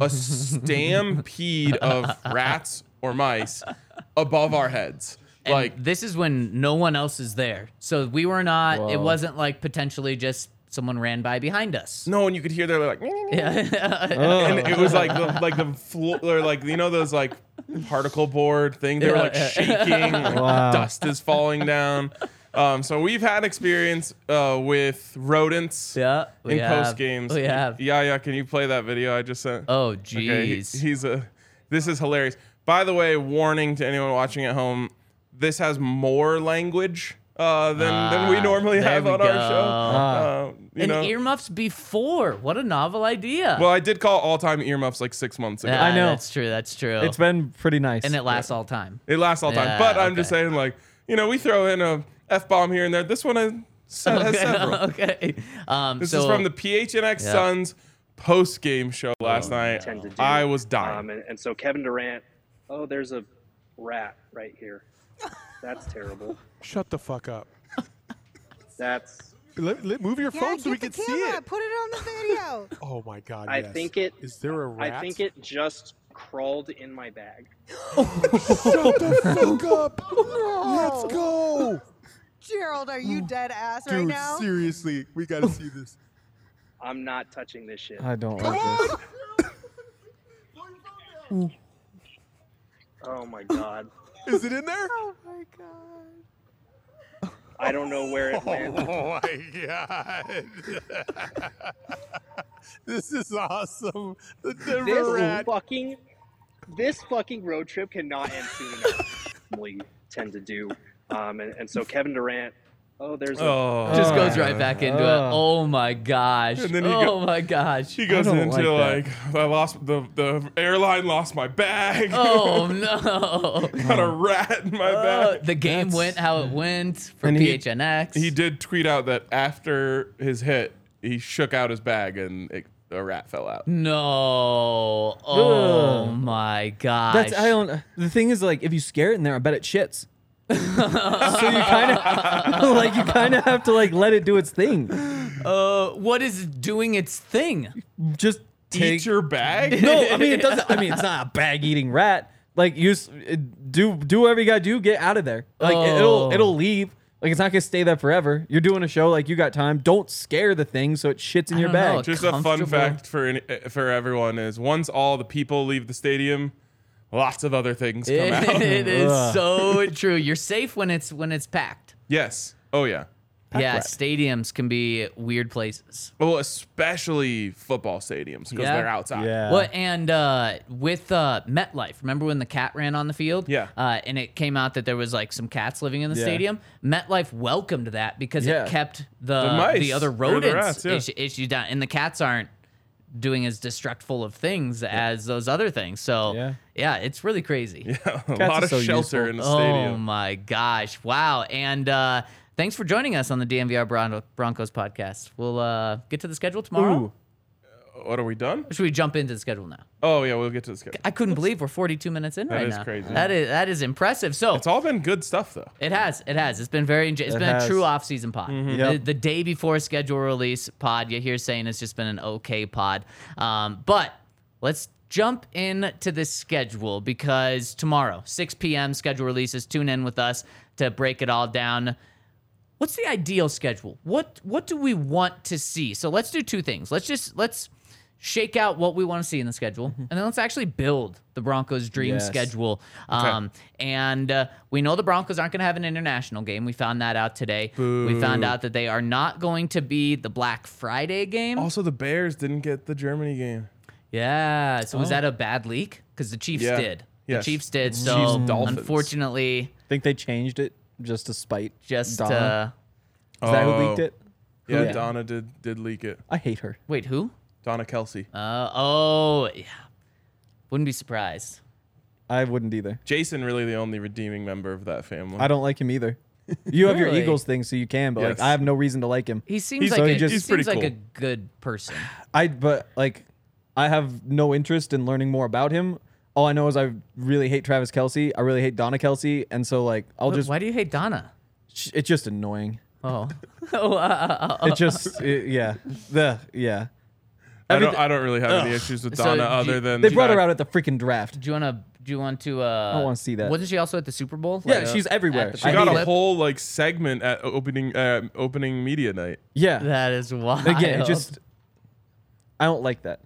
a stampede of rats or mice above our heads.
And
like
this is when no one else is there. So we were not. It
Whoa.
wasn't like potentially just someone ran by behind us.
no, and you could hear they're like and it was like the, like the floor, or like you know those like particle board thing. They were like shaking, like dust is falling down. Um, so we've had experience uh, with rodents
Yeah, we
in
have.
post games.
We have.
Yeah, yeah. Can you play that video I just sent?
Oh
Okay, he-
jeez.
he's a. This is hilarious. By the way, warning to anyone watching at home: this has more language uh, than than we
Ah,
normally
there
have
we
on
go. Ah.
our show. Uh, you
and
know.
earmuffs before. What a novel idea.
well, I did call all time earmuffs like six months ago.
Yeah,
I know.
That's true. That's true.
it's been pretty nice.
and it lasts all time.
It lasts all
Yeah,
time. But I'm
okay.
just saying, like, you know, we throw in a f bomb here and there. This one has, se- has several.
okay. Um,
This
so
is from the PHNX
Yeah.
Suns post game show
Oh,
last night.
tend to do.
I was dying.
Um, and, and so Kevin Durant, oh, there's a rat right here. That's terrible.
Shut the fuck up.
That's.
Let, let- move your phone so we can
the
see it.
Put it on the video.
Oh my god.
I
yes.
think it.
Is there a rat?
I think it just crawled in my bag.
Shut the fuck up. Let's go.
Gerald, are you dead ass right
Oh, Dude,
now?
seriously, we gotta see this.
I'm not touching this shit.
I don't like this.
Oh my god.
Is it in there?
Oh my god.
I don't know where it
Oh
went.
my god. this is awesome. The Denver
This
rat.
fucking. This fucking road trip cannot end soon enough. We tend to do. Um, and, and so Kevin Durant, Oh, there's.
Oh.
A,
Just goes right back into it. Oh my gosh.
And then you
oh
go-
my gosh.
He goes into
like
like, I lost the the airline lost my bag.
Oh no.
Got a rat in my
Oh,
bag.
the game went how it went for
And he-
PHNX.
He did tweet out that after his hit, he shook out his bag and it, a rat fell out.
no. Oh
Ugh.
my gosh.
That's I don't. The thing is, like, if you scare it in there, I bet it shits. so you kind of like you kind of have to like let it do its thing.
uh, what is doing its thing?
Just take
Eat your bag?
No, I mean it doesn't. I mean it's not a bag eating rat. Like you s- it- do do whatever you gotta do. Get out of there. Like it-
Oh.
it'll it'll leave. Like it's not gonna stay there forever. You're doing a show. Like you got time. Don't scare the thing so it shits in
I
your
don't know.
bag.
Just a fun
comfortable.
fact for any, uh, for everyone is once all the people leave the stadium, lots of other things come out.
it is so true. You're safe when it's when it's packed.
Yes. Oh yeah.
yeah, stadiums can be weird places.
Well, especially football stadiums because
Yeah.
they're outside.
Yeah.
Well, and uh, with uh, MetLife, remember when the cat ran on the field?
Yeah.
Uh, and it came out that there was like some cats living in the
Yeah.
stadium. MetLife welcomed that because
Yeah.
it kept
The
the the,
mice
other
or the
rodents
rats, yeah.
issue, issue down, and the cats aren't doing as destructful of things as those other things. So yeah,
Yeah.
it's really crazy.
a
Cats
lot
are
of
so
shelter
useful. Um,
in the
Oh
stadium.
my gosh! Wow. And uh, thanks for joining us on the DMVR Bron- Broncos podcast. We'll uh, get to the schedule tomorrow.
Ooh.
What are we done?
Or should we jump into the schedule now?
Oh yeah, we'll get to this. guy.
I couldn't believe we're 42 minutes in
That
right
is
now.
crazy.
That is that is impressive. So
It's all been good stuff though.
it has it has it's been very enjo- it's
It
been a
has. Mm-hmm.
true off season pod.
Yep.
The, the day before schedule release pod, you hear saying it's just been an okay pod. Um, but let's jump into the schedule because tomorrow 6 p.m. schedule releases. Tune in with us to break it all down. What's the ideal schedule? What what do we want to see? So let's do two things. Let's just let's shake out what we want to see in the schedule, and then let's actually build the Broncos' dream
Mm-hmm. Yes.
schedule. Um, And uh, we know the Broncos aren't going to have an international game. We found that out today. We found out that they are not going to be the Black Friday game.
Also, the Bears didn't get the Germany game.
Yeah. So was that a bad leak? Because the Chiefs
Yeah.
did.
Yes.
The Chiefs did. So
Chiefs, Dolphins.
unfortunately,
think they changed it just to spite.
just
Donna.
uh,
Is that who
Oh.
leaked it?
Yeah,
Yeah.
Donna did did leak it.
I hate her.
wait, who?
Donna Kelsey.
Uh, oh, yeah. Wouldn't be surprised.
I wouldn't either.
Jason really the only redeeming member of that family.
I don't like him either. You have
Really?
your Eagles thing, so you can, but
Yes.
like I have no reason to like him.
He seems
He's-
like
so he
a,
just-
he
he's pretty
seems like a
cool.
good person.
I but like I have no interest in learning more about him. All I know is I really hate Travis Kelsey. I really hate Donna Kelsey, and so like I'll
Wh-
just
Why do you hate Donna?
sh- it's just annoying.
Oh, oh, uh,
It just it- yeah the yeah.
I don't,
everyth-
I don't really have any issues with
So
Donna
do
other
you-
than
They
the
brought her
fact-
out at the freaking draft.
do you want to? Do you want to? Uh, I
don't wanna see that.
Wasn't she also at the Super Bowl?
Yeah,
Like,
she's
uh,
everywhere.
at the
She
She
Super
got
Bowl?
a whole like segment at opening uh, opening media night.
Yeah,
That is wild.
again, it just I don't like that.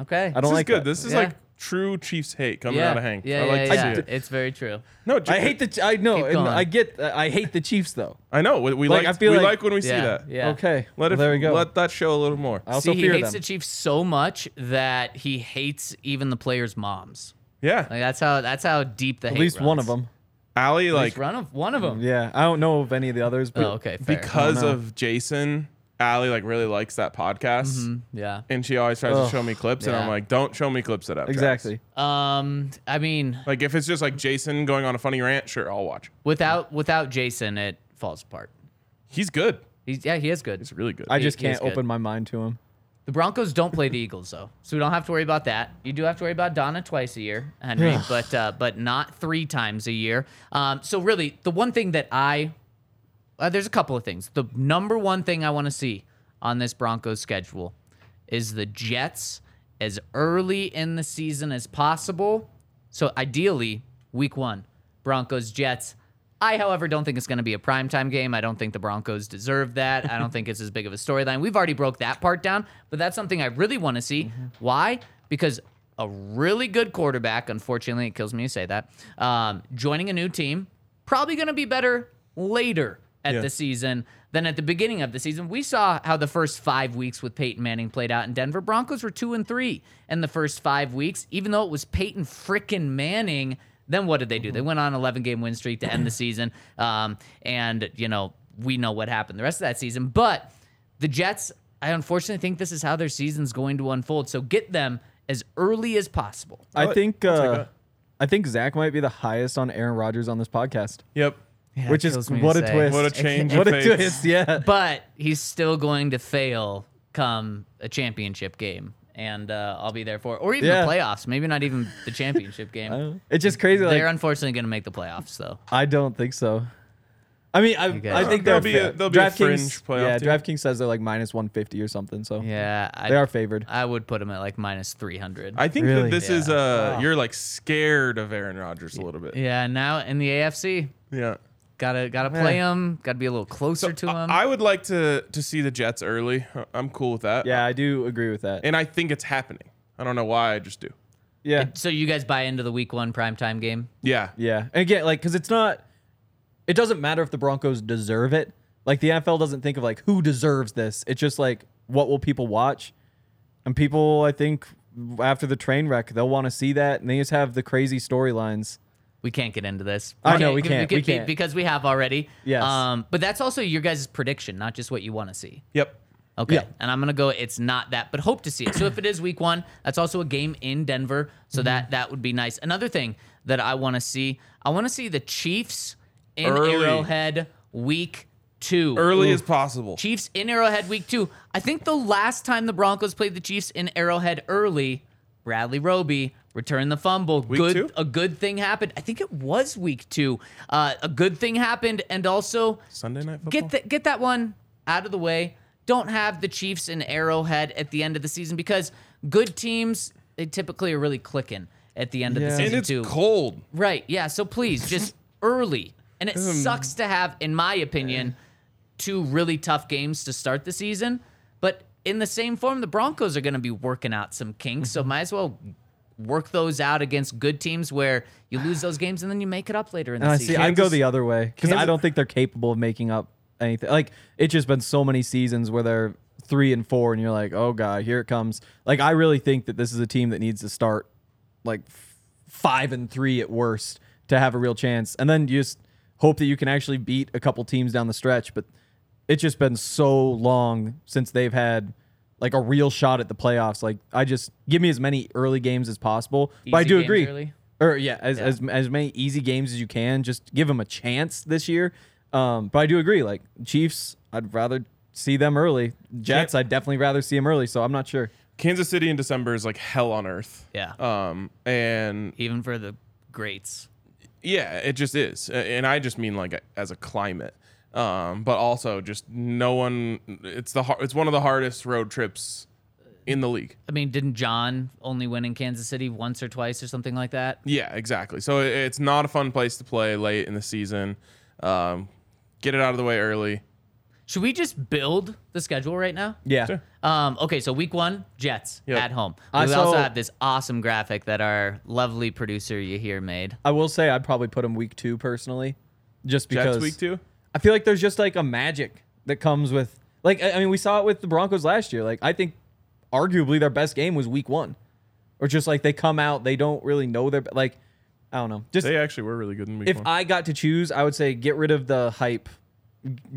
okay.
I don't
This
like
is good.
that.
This is
Yeah.
like true Chiefs hate coming
yeah.
out of Hank. I
Yeah,
like
yeah,
to
yeah.
see it.
It's very true.
No,
I hate the Ch- I know
Keep
and
going.
I get I hate the Chiefs though.
I know. We, we like.
Like, I feel
we
like-
like when we see
yeah,
that.
Yeah.
Okay,
Let it.
well, there we go.
Let that show a little more.
I also
See, he
fear
hates
them.
the Chiefs so much that he hates even the players' moms.
yeah.
Like that's how that's how deep the
At least one of them.
Allie
At least
like
one of one of them.
Yeah, I don't know of any of the others, but
Oh, okay. Fair.
because of Jason. Allie like really likes that podcast,
yeah.
and she always tries to show me clips, and
yeah.
I'm like, don't show me clips that up.
exactly.
Um, I mean,
Like if it's just like Jason going on a funny rant, sure, I'll watch.
without without Jason, it falls apart.
He's good.
He's yeah, he is good.
He's really good.
I just
he is
can't
good.
open my mind to him.
The Broncos don't play the Eagles though, so we don't have to worry about that. You do have to worry about Donna twice a year, Henry, but uh, but not three times a year. Um, so really, the one thing that I uh, there's a couple of things. The number one thing I want to see on this Broncos schedule is the Jets as early in the season as possible. So ideally, week one, Broncos Jets. I, however, don't think it's going to be a primetime game. I don't think the Broncos deserve that. I don't think it's as big of a storyline. We've already broke that part down, but that's something I really want to see. Why? Because a really good quarterback, unfortunately, it kills me to say that, um, joining a new team, probably going to be better later at the season than at the beginning of the season. We saw how the first five weeks with Peyton Manning played out in Denver. Broncos were two and three in the first five weeks, even though it was Peyton frickin'
Mm-hmm.
Manning. Then what did they do? They went on an 11 game win streak to end the season. Um, and, you know, we know what happened the rest of that season. But the Jets, I unfortunately think this is how their season's going to unfold. So get them as early as possible.
Oh,
I think uh, I think Zach might be the highest on Aaron Rodgers on this podcast.
Yep.
Yeah,
Which
it
is
kills me to
what a
say.
twist.
What a change of
what a
fates.
twist. Yeah.
But he's still going to fail come a championship game. And uh, I'll be there for it. Or even
Yeah.
the playoffs. Maybe not even the championship game.
It's just crazy. Like
They're unfortunately going to make the playoffs, though.
I don't think so. I mean, I,
Okay.
I think
There'll
they're
be a-
fa-
there'll be a
DraftKings-
fringe playoff
Yeah,
team.
DraftKings says they're like minus 150 or something. So
Yeah. I,
they are favored.
I would put him at like minus 300.
I think that
Really?
this is uh you're like scared of Aaron Rodgers a little bit.
yeah, now in the AFC,
Yeah.
gotta gotta play him. Gotta be a little closer to him.
I, I would like to to see the Jets early. I'm cool with that.
Yeah, I do agree with that.
And I think it's happening. I don't know why, I just do.
yeah,
so you guys buy into the Week One primetime game?
Yeah.
yeah. And again, like, because it's not, it doesn't matter if the Broncos deserve it. Like the NFL doesn't think of like who deserves this. It's just like what will people watch, and people I think after the train wreck they'll want to see that, and they just have the crazy storylines.
We can't get into this.
I know, we can't, we
be-
can't.
because we have already.
Yes.
Um, but that's also your guys' prediction, not just what you want to see.
Yep.
Okay.
Yeah.
And I'm gonna go. It's not that, but hope to see it. So if it is week one, that's also a game in Denver. So
Mm-hmm.
that that would be nice. Another thing that I want to see, I want to see the Chiefs in
Early.
Arrowhead week two.
Early as possible.
Chiefs in Arrowhead week two. I think the last time the Broncos played the Chiefs in Arrowhead early, Bradley Roby returned the fumble. good,
two?
a good thing happened. I think it was week two. Uh, a good thing happened, and also
Sunday night football.
get that get that one out of the way. Don't have the Chiefs in Arrowhead at the end of the season because good teams they typically are really clicking at the end of the
Yeah.
season
and it's
too.
cold.
Right. Yeah. So please, just early. And it sucks to have, in my opinion, two really tough games to start the season. But in the same form, the Broncos are going to be working out some kinks.
Mm-hmm.
So might as well work those out against good teams where you lose those games and then you make it up later in the
And I see.
season.
I go
Kansas-
the other way because I
Kansas-
don't think they're capable of making up anything. Like it's just been so many seasons where they're three and four, and you're like, oh god, here it comes. Like I really think that this is a team that needs to start like f- five and three at worst to have a real chance, and then you just hope that you can actually beat a couple teams down the stretch. But it's just been so long since they've had. Like a real shot at the playoffs. Like I just give me as many early games as possible. but I
Easy
do
games
agree
early?
or yeah, as, as as many easy games as you can. Just give them a chance this year. Um, but I do agree. Like Chiefs, I'd rather see them early. Jets, I'd definitely rather see them early. So I'm not sure.
Kansas City in December is like hell on earth.
Yeah.
Um and
Even for the greats.
Yeah, it just is, A- and I just mean like a- as a climate, um, but also just no one. It's the har- it's one of the hardest road trips in the league.
I mean, didn't John only win in Kansas City once or twice or something like that?
Yeah, exactly. So it- it's not a fun place to play late in the season. Um, get it out of the way early.
Should we just build the schedule right now?
Yeah.
Um, okay, so week one, Jets
Yep.
at home. We
I
also
saw-
have this awesome graphic that our lovely producer Yahir made.
I will say I'd probably put them week two personally, just because
Jets week two.
I feel like there's just like a magic that comes with like I I mean we saw it with the Broncos last year. Like I think arguably their best game was week one, or just like they come out they don't really know their like I don't know. Just
They actually were really good in week
if
one.
I got to choose, I would say get rid of the hype.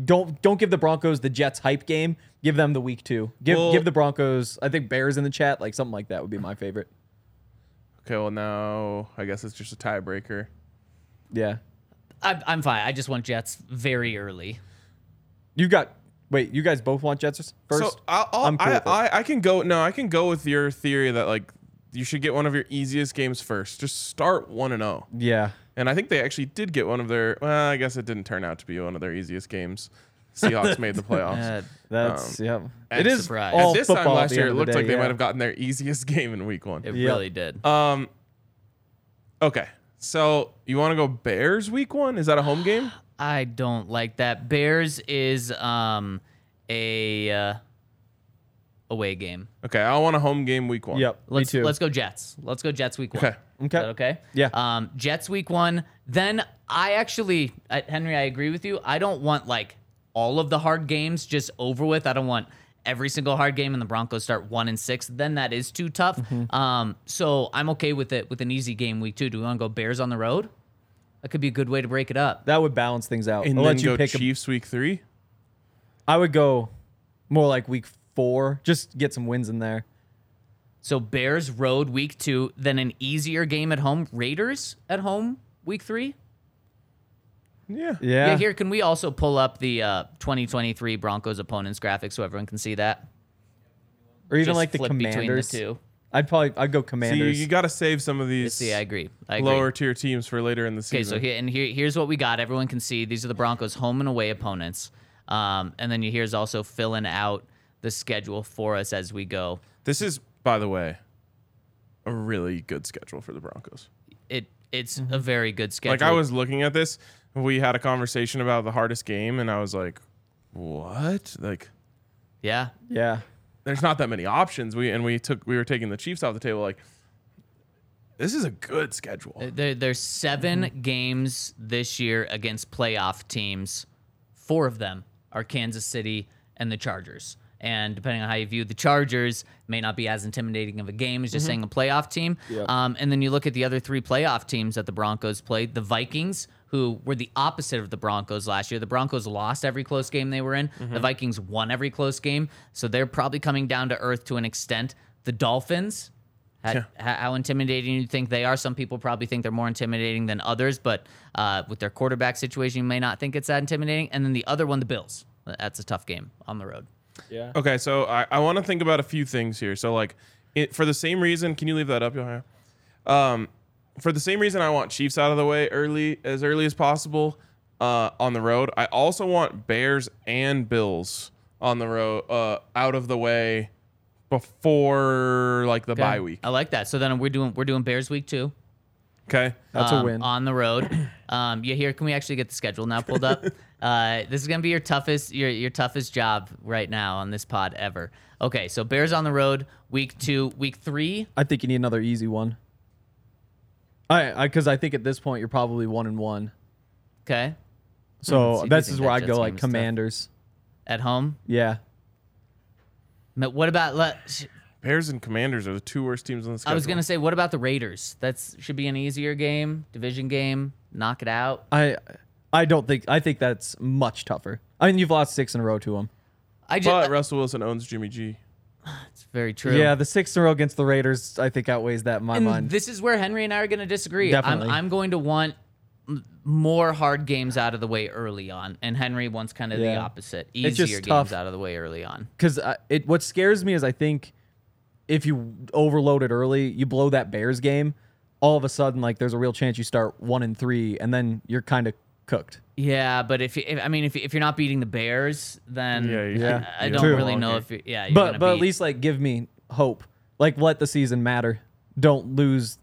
Don't don't give the Broncos the Jets hype game. Give them the week two. Give
Well-
give the Broncos. I think Bears in the chat, like something like that, would be my favorite.
okay, well now I guess it's just a tiebreaker.
Yeah,
I, I'm fine. I just want Jets very early.
you got. Wait, you guys both want Jets first?
So I'll, I'll,
I'm cool
I,
with it.
I, I can go. No, I can go with your theory that like you should get one of your easiest games first. Just start one and zero.
yeah,
And I think they actually did get one of their. Well, I guess it didn't turn out to be one of their easiest games. Seahawks made the playoffs.
Uh,
that's
Um,
yeah.
at
It is
surprise.
all
At this
football
time
at
last
the
year,
end
it
of the
looked like
day,
they
yeah.
might have gotten their easiest game in week one.
it
Yeah.
really did.
Uh,
Um. Okay, so you want to go Bears week one? Is that a home game?
I don't like that. Bears is um a uh, away game.
Okay, I want a home game week one.
Yep,
Let's
me too.
let's go Jets. Let's go Jets week one.
Okay.
Is
Okay.
that okay.
Yeah.
Um, Jets week one. Then I actually, I- Henry, I agree with you. I don't want like all of the hard games just over with. I don't want every single hard game and the Broncos start one and six. Then that is too tough.
Mm-hmm.
Um, so I'm okay with it with an easy game week two. Do we want to go Bears on the road? That could be a good way to break it up.
that would balance things out.
And
I'll
then
let
go
you pick. 'em.
Chiefs week three.
I would go more like week four. Just get some wins in there.
So Bears road week two, then an easier game at home. Raiders at home week three.
Yeah.
Yeah.
Here, can we also pull up the uh, 2023 Broncos opponents graphic so everyone can see that?
or even
Just
like the
flip between the
commanders.
two.
I'd probably I'd go
See,
commanders.
you got to save some of these.
See, I agree. I agree.
Lower tier teams for later in the
Okay,
season.
so here and here, here's what we got. Everyone can see these are the Broncos' home and away opponents, um, and then here's also filling out the schedule for us as we go.
This is, by the way, a really good schedule for the Broncos.
It it's
Mm-hmm.
a very good schedule.
Like I was looking at this, we had a conversation about the hardest game, and I was like, "What? Like,
yeah,
yeah.
there's not that many options." We and we took we were taking the Chiefs off the table. Like, this is a good schedule.
There, there's 7 games this year against playoff teams. Four of them are Kansas City and the Chargers. And depending on how you view the Chargers, may not be as intimidating of a game as just saying a playoff team. Um, and then you look at the other three playoff teams that the Broncos played the Vikings, who were the opposite of the Broncos last year. The Broncos lost every close game they were in, the Vikings won every close game. So they're probably coming down to earth to an extent. The Dolphins, how, how how intimidating you think they are. Some people probably think they're more intimidating than others, but uh, with their quarterback situation, you may not think it's that intimidating. And then the other one, the Bills. That's a tough game on the road.
yeah.
Okay, so I, I want to think about a few things here. So like, it, for the same reason, can you leave that up, Yohai? Um, for the same reason, I want Chiefs out of the way early, as early as possible, uh, on the road. I also want Bears and Bills on the road, uh, out of the way before like the bye week.
I like that. So then we're doing we're doing Bears week two.
Okay,
That's a
um,
win.
on the road. Um, yeah, here can we actually get the schedule now pulled up? uh, this is gonna be your toughest your your toughest job right now on this pod ever. Okay, so Bears on the road week two, week three.
I think you need another easy one. I because I, think at this point you're probably one and one.
Okay,
So
see if Mm, you
this
think
is
that
where I
Jets
go
game
like
is tough.
commanders.
at home.
Yeah.
But What about let?
Bears and Commanders are the two worst teams on the schedule.
I was gonna say, what about the Raiders? That's should be an easier game, division game. Knock it out.
I I don't think I think that's much tougher. I mean you've lost six in a row to them.
I just
but Russell Wilson owns Jimmy G.
it's very true.
Yeah, the six in a row against the Raiders I think outweighs that in my
and
mind.
this is where Henry and I are gonna disagree.
Definitely.
I'm I'm going to want m- more hard games out of the way early on, and Henry wants kind of the
Yeah.
opposite,
It's just
easier games
tough.
out of the way early on.
because it what scares me is I think if you overload it early, you blow that Bears game. All of a sudden, like there's a real chance you start one and three, and then you're kind of cooked.
Yeah, but if, you- if I mean if, if you're not beating the Bears, then
Yeah, you-
Yeah.
I, I
you
don't
True.
really know
Okay.
if you yeah. You're
but
gonna
but
beat-
at least like give me hope. Like let the season matter. Don't lose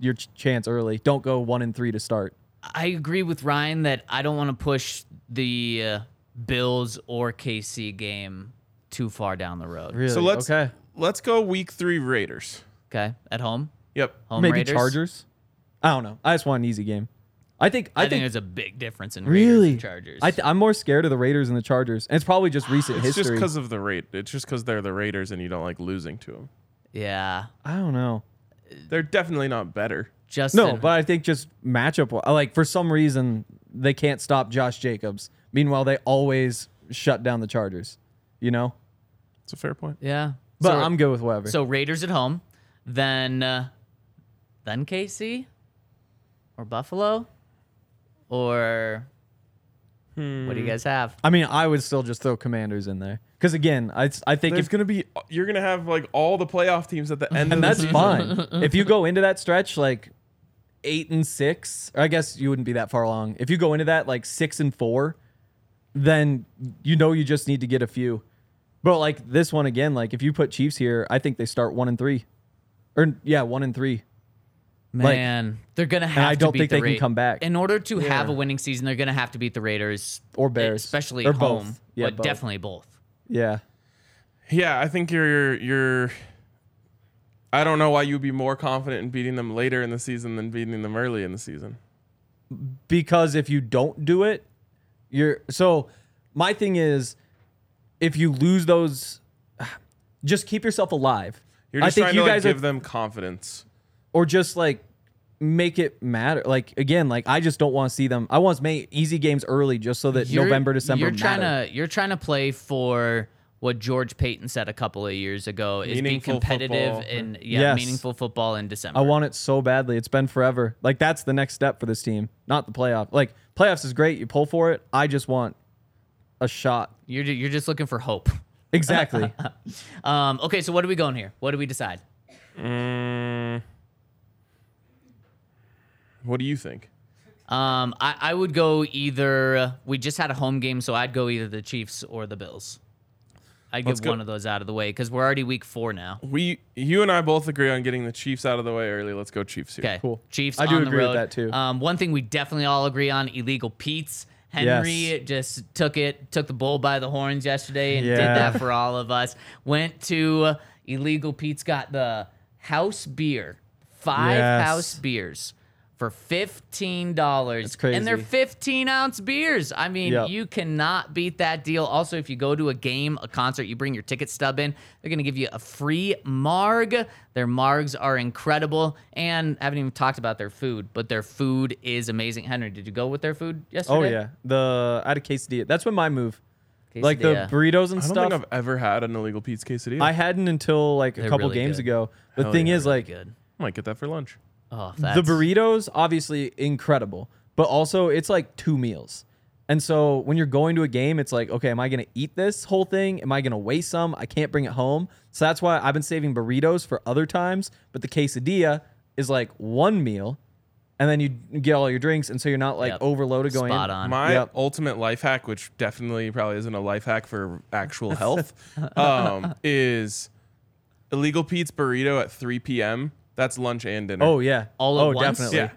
your ch- chance early. Don't go one and three to start.
I agree with Ryan that I don't want to push the uh, Bills or KC game too far down the road.
Really?
So let's
okay.
let's go week three Raiders.
Okay, at home,
Yep.
home
Maybe
Raiders.
Chargers. I don't know. I just want an easy game. I think I,
I, think, there's a big difference in Raiders
really
and Chargers.
I th- I'm more scared of the Raiders and the Chargers, and it's probably just recent
It's just
history.
because of the rate. It's just because they're the Raiders and you don't like losing to them.
yeah,
I don't know.
They're definitely not better.
Justin.
No, but I think just matchup. Like for some reason they can't stop Josh Jacobs. Meanwhile, they always shut down the Chargers. You know.
It's a fair point.
yeah,
But
so,
I'm good with whatever.
so Raiders at home, then uh, then KC or Buffalo or
Hmm.
what do you guys have?
I mean, I would still just throw Commanders in there because again, I I think
There's
if,
gonna be Uh, you're gonna have like all the playoff teams at the end,
and
of
that's
the season.
fine. if you go into that stretch like eight and six, or I guess you wouldn't be that far along. If you go into that like six and four, then you know you just need to get a few. But like this one again, like if you put Chiefs here, I think they start one and three, or yeah, one and three. Like-
Man, they're gonna have.
I
to
don't
beat
think
the
they can
Ra-
come back.
In order to have a winning season, they're gonna have to beat the Raiders
Or Bears.
especially
Or
at home.
both. Yeah,
but
both.
definitely both.
Yeah,
Yeah, I think you're you're. I don't know why you'd be more confident in beating them later in the season than beating them early in the season.
because if you don't do it, you're so. My thing is, if you lose those, just keep yourself alive.
You're just
I think
trying
you
to like,
guys are
give them confidence.
or just like make it matter. Like again, like I just don't want to see them. I want to make easy games early, just so that
You're-
November, December.
You're trying
matter.
to you're trying to play for what George Payton said a couple of years ago is being
Meaningful
competitive
football.
and yeah,
Yes.
meaningful football in December.
I want it so badly. It's been forever. Like that's the next step for this team, not the playoff. Like playoffs is great. You pull for it. I just want a shot.
You're ju- you're just looking for hope.
Exactly.
Um, okay, so what are we going here? What do we decide?
Mm. What do you think?
Um, I, I would go either we just had a home game, so I'd go either the Chiefs or the Bills. I'd
Let's
get
go-
one of those out of the way because we're already week four now.
We, you and I both agree on getting the Chiefs out of the way early. Let's go Chiefs here.
Okay. Cool. Chiefs.
I do
on the
agree with
road.
that, too.
Um, one thing we definitely all agree on: illegal Pete's. Henry
Yes.
just took it, took the bull by the horns yesterday, and did
Yeah.
that for all of us. Went to uh, illegal Pete's, got the house beer, five
Yes.
house beers for fifteen dollars.
That's crazy.
and they're fifteen ounce beers. I mean,
Yep.
you cannot beat that deal. Also, if you go to a game, a concert, you bring your ticket stub in, they're gonna give you a free marg. Their margs are incredible, and I haven't even talked about their food, but their food is amazing. Henry, did you go with their food yesterday?
oh yeah, the I had a quesadilla. That's been my move. Like the
Quesadilla.
burritos
I don't
and stuff.
think I've ever had an illegal Pete's quesadilla.
I
I
hadn't until like a
They're
couple
really
games
good. Oh,
ago. The
Hell
thing
yeah,
is,
Really
like
good.
might get that for lunch.
Oh, that's,
the burritos, obviously incredible, but also it's like two meals. And so when you're going to a game, it's like, okay, am I gonna eat this whole thing? Am I gonna waste some? I can't bring it home. So that's why I've been saving burritos for other times. But the quesadilla is like one meal, and then you get all your drinks, and so you're not like
Yep.
overloaded going.
spot
in.
on.
My
Yep.
ultimate life hack, which definitely probably isn't a life hack for actual health, um, is illegal Pete's burrito at 3 p.m. That's lunch and dinner.
Oh yeah.
All at
oh,
once?
definitely.
yeah.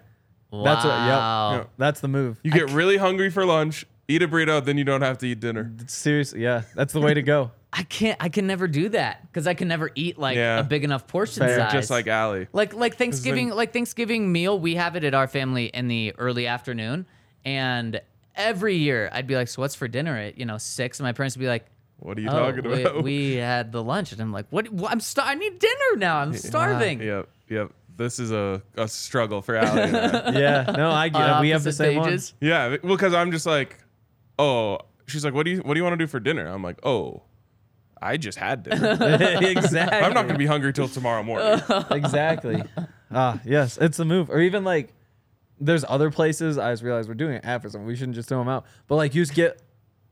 wow.
That's what, yep.
Yeah.
That's the move.
You get really hungry for lunch, eat a burrito, then you don't have to eat dinner.
Seriously, yeah. That's the way to go.
I can't. I can never do that because I can never eat like
Yeah.
a big enough portion
Fair.
size.
Just like Allie.
Like like Thanksgiving like Thanksgiving meal, we have it at our family in the early afternoon, and every year I'd be like, "So what's for dinner?" At you know six, and my parents would be like,
What are you
"Oh,
talking
we,
about?
we had the lunch," and I'm like, "What? what I'm star- I need dinner now.
uh,
I'm starving."
Yep, yep. This is a, a struggle for Allie. and I.
Yeah. No, I get.
On
we have the
Uh, opposite
same
pages.
yeah, well, because I'm just like, oh, she's like, what do you what do you want to do for dinner? I'm like, oh, I just had dinner.
one. exactly.
I'm not gonna be hungry till tomorrow morning.
exactly. Ah, yes, it's a move. Or even like, there's other places. I just realized we're doing it after something. We shouldn't just throw them out. But like, you just get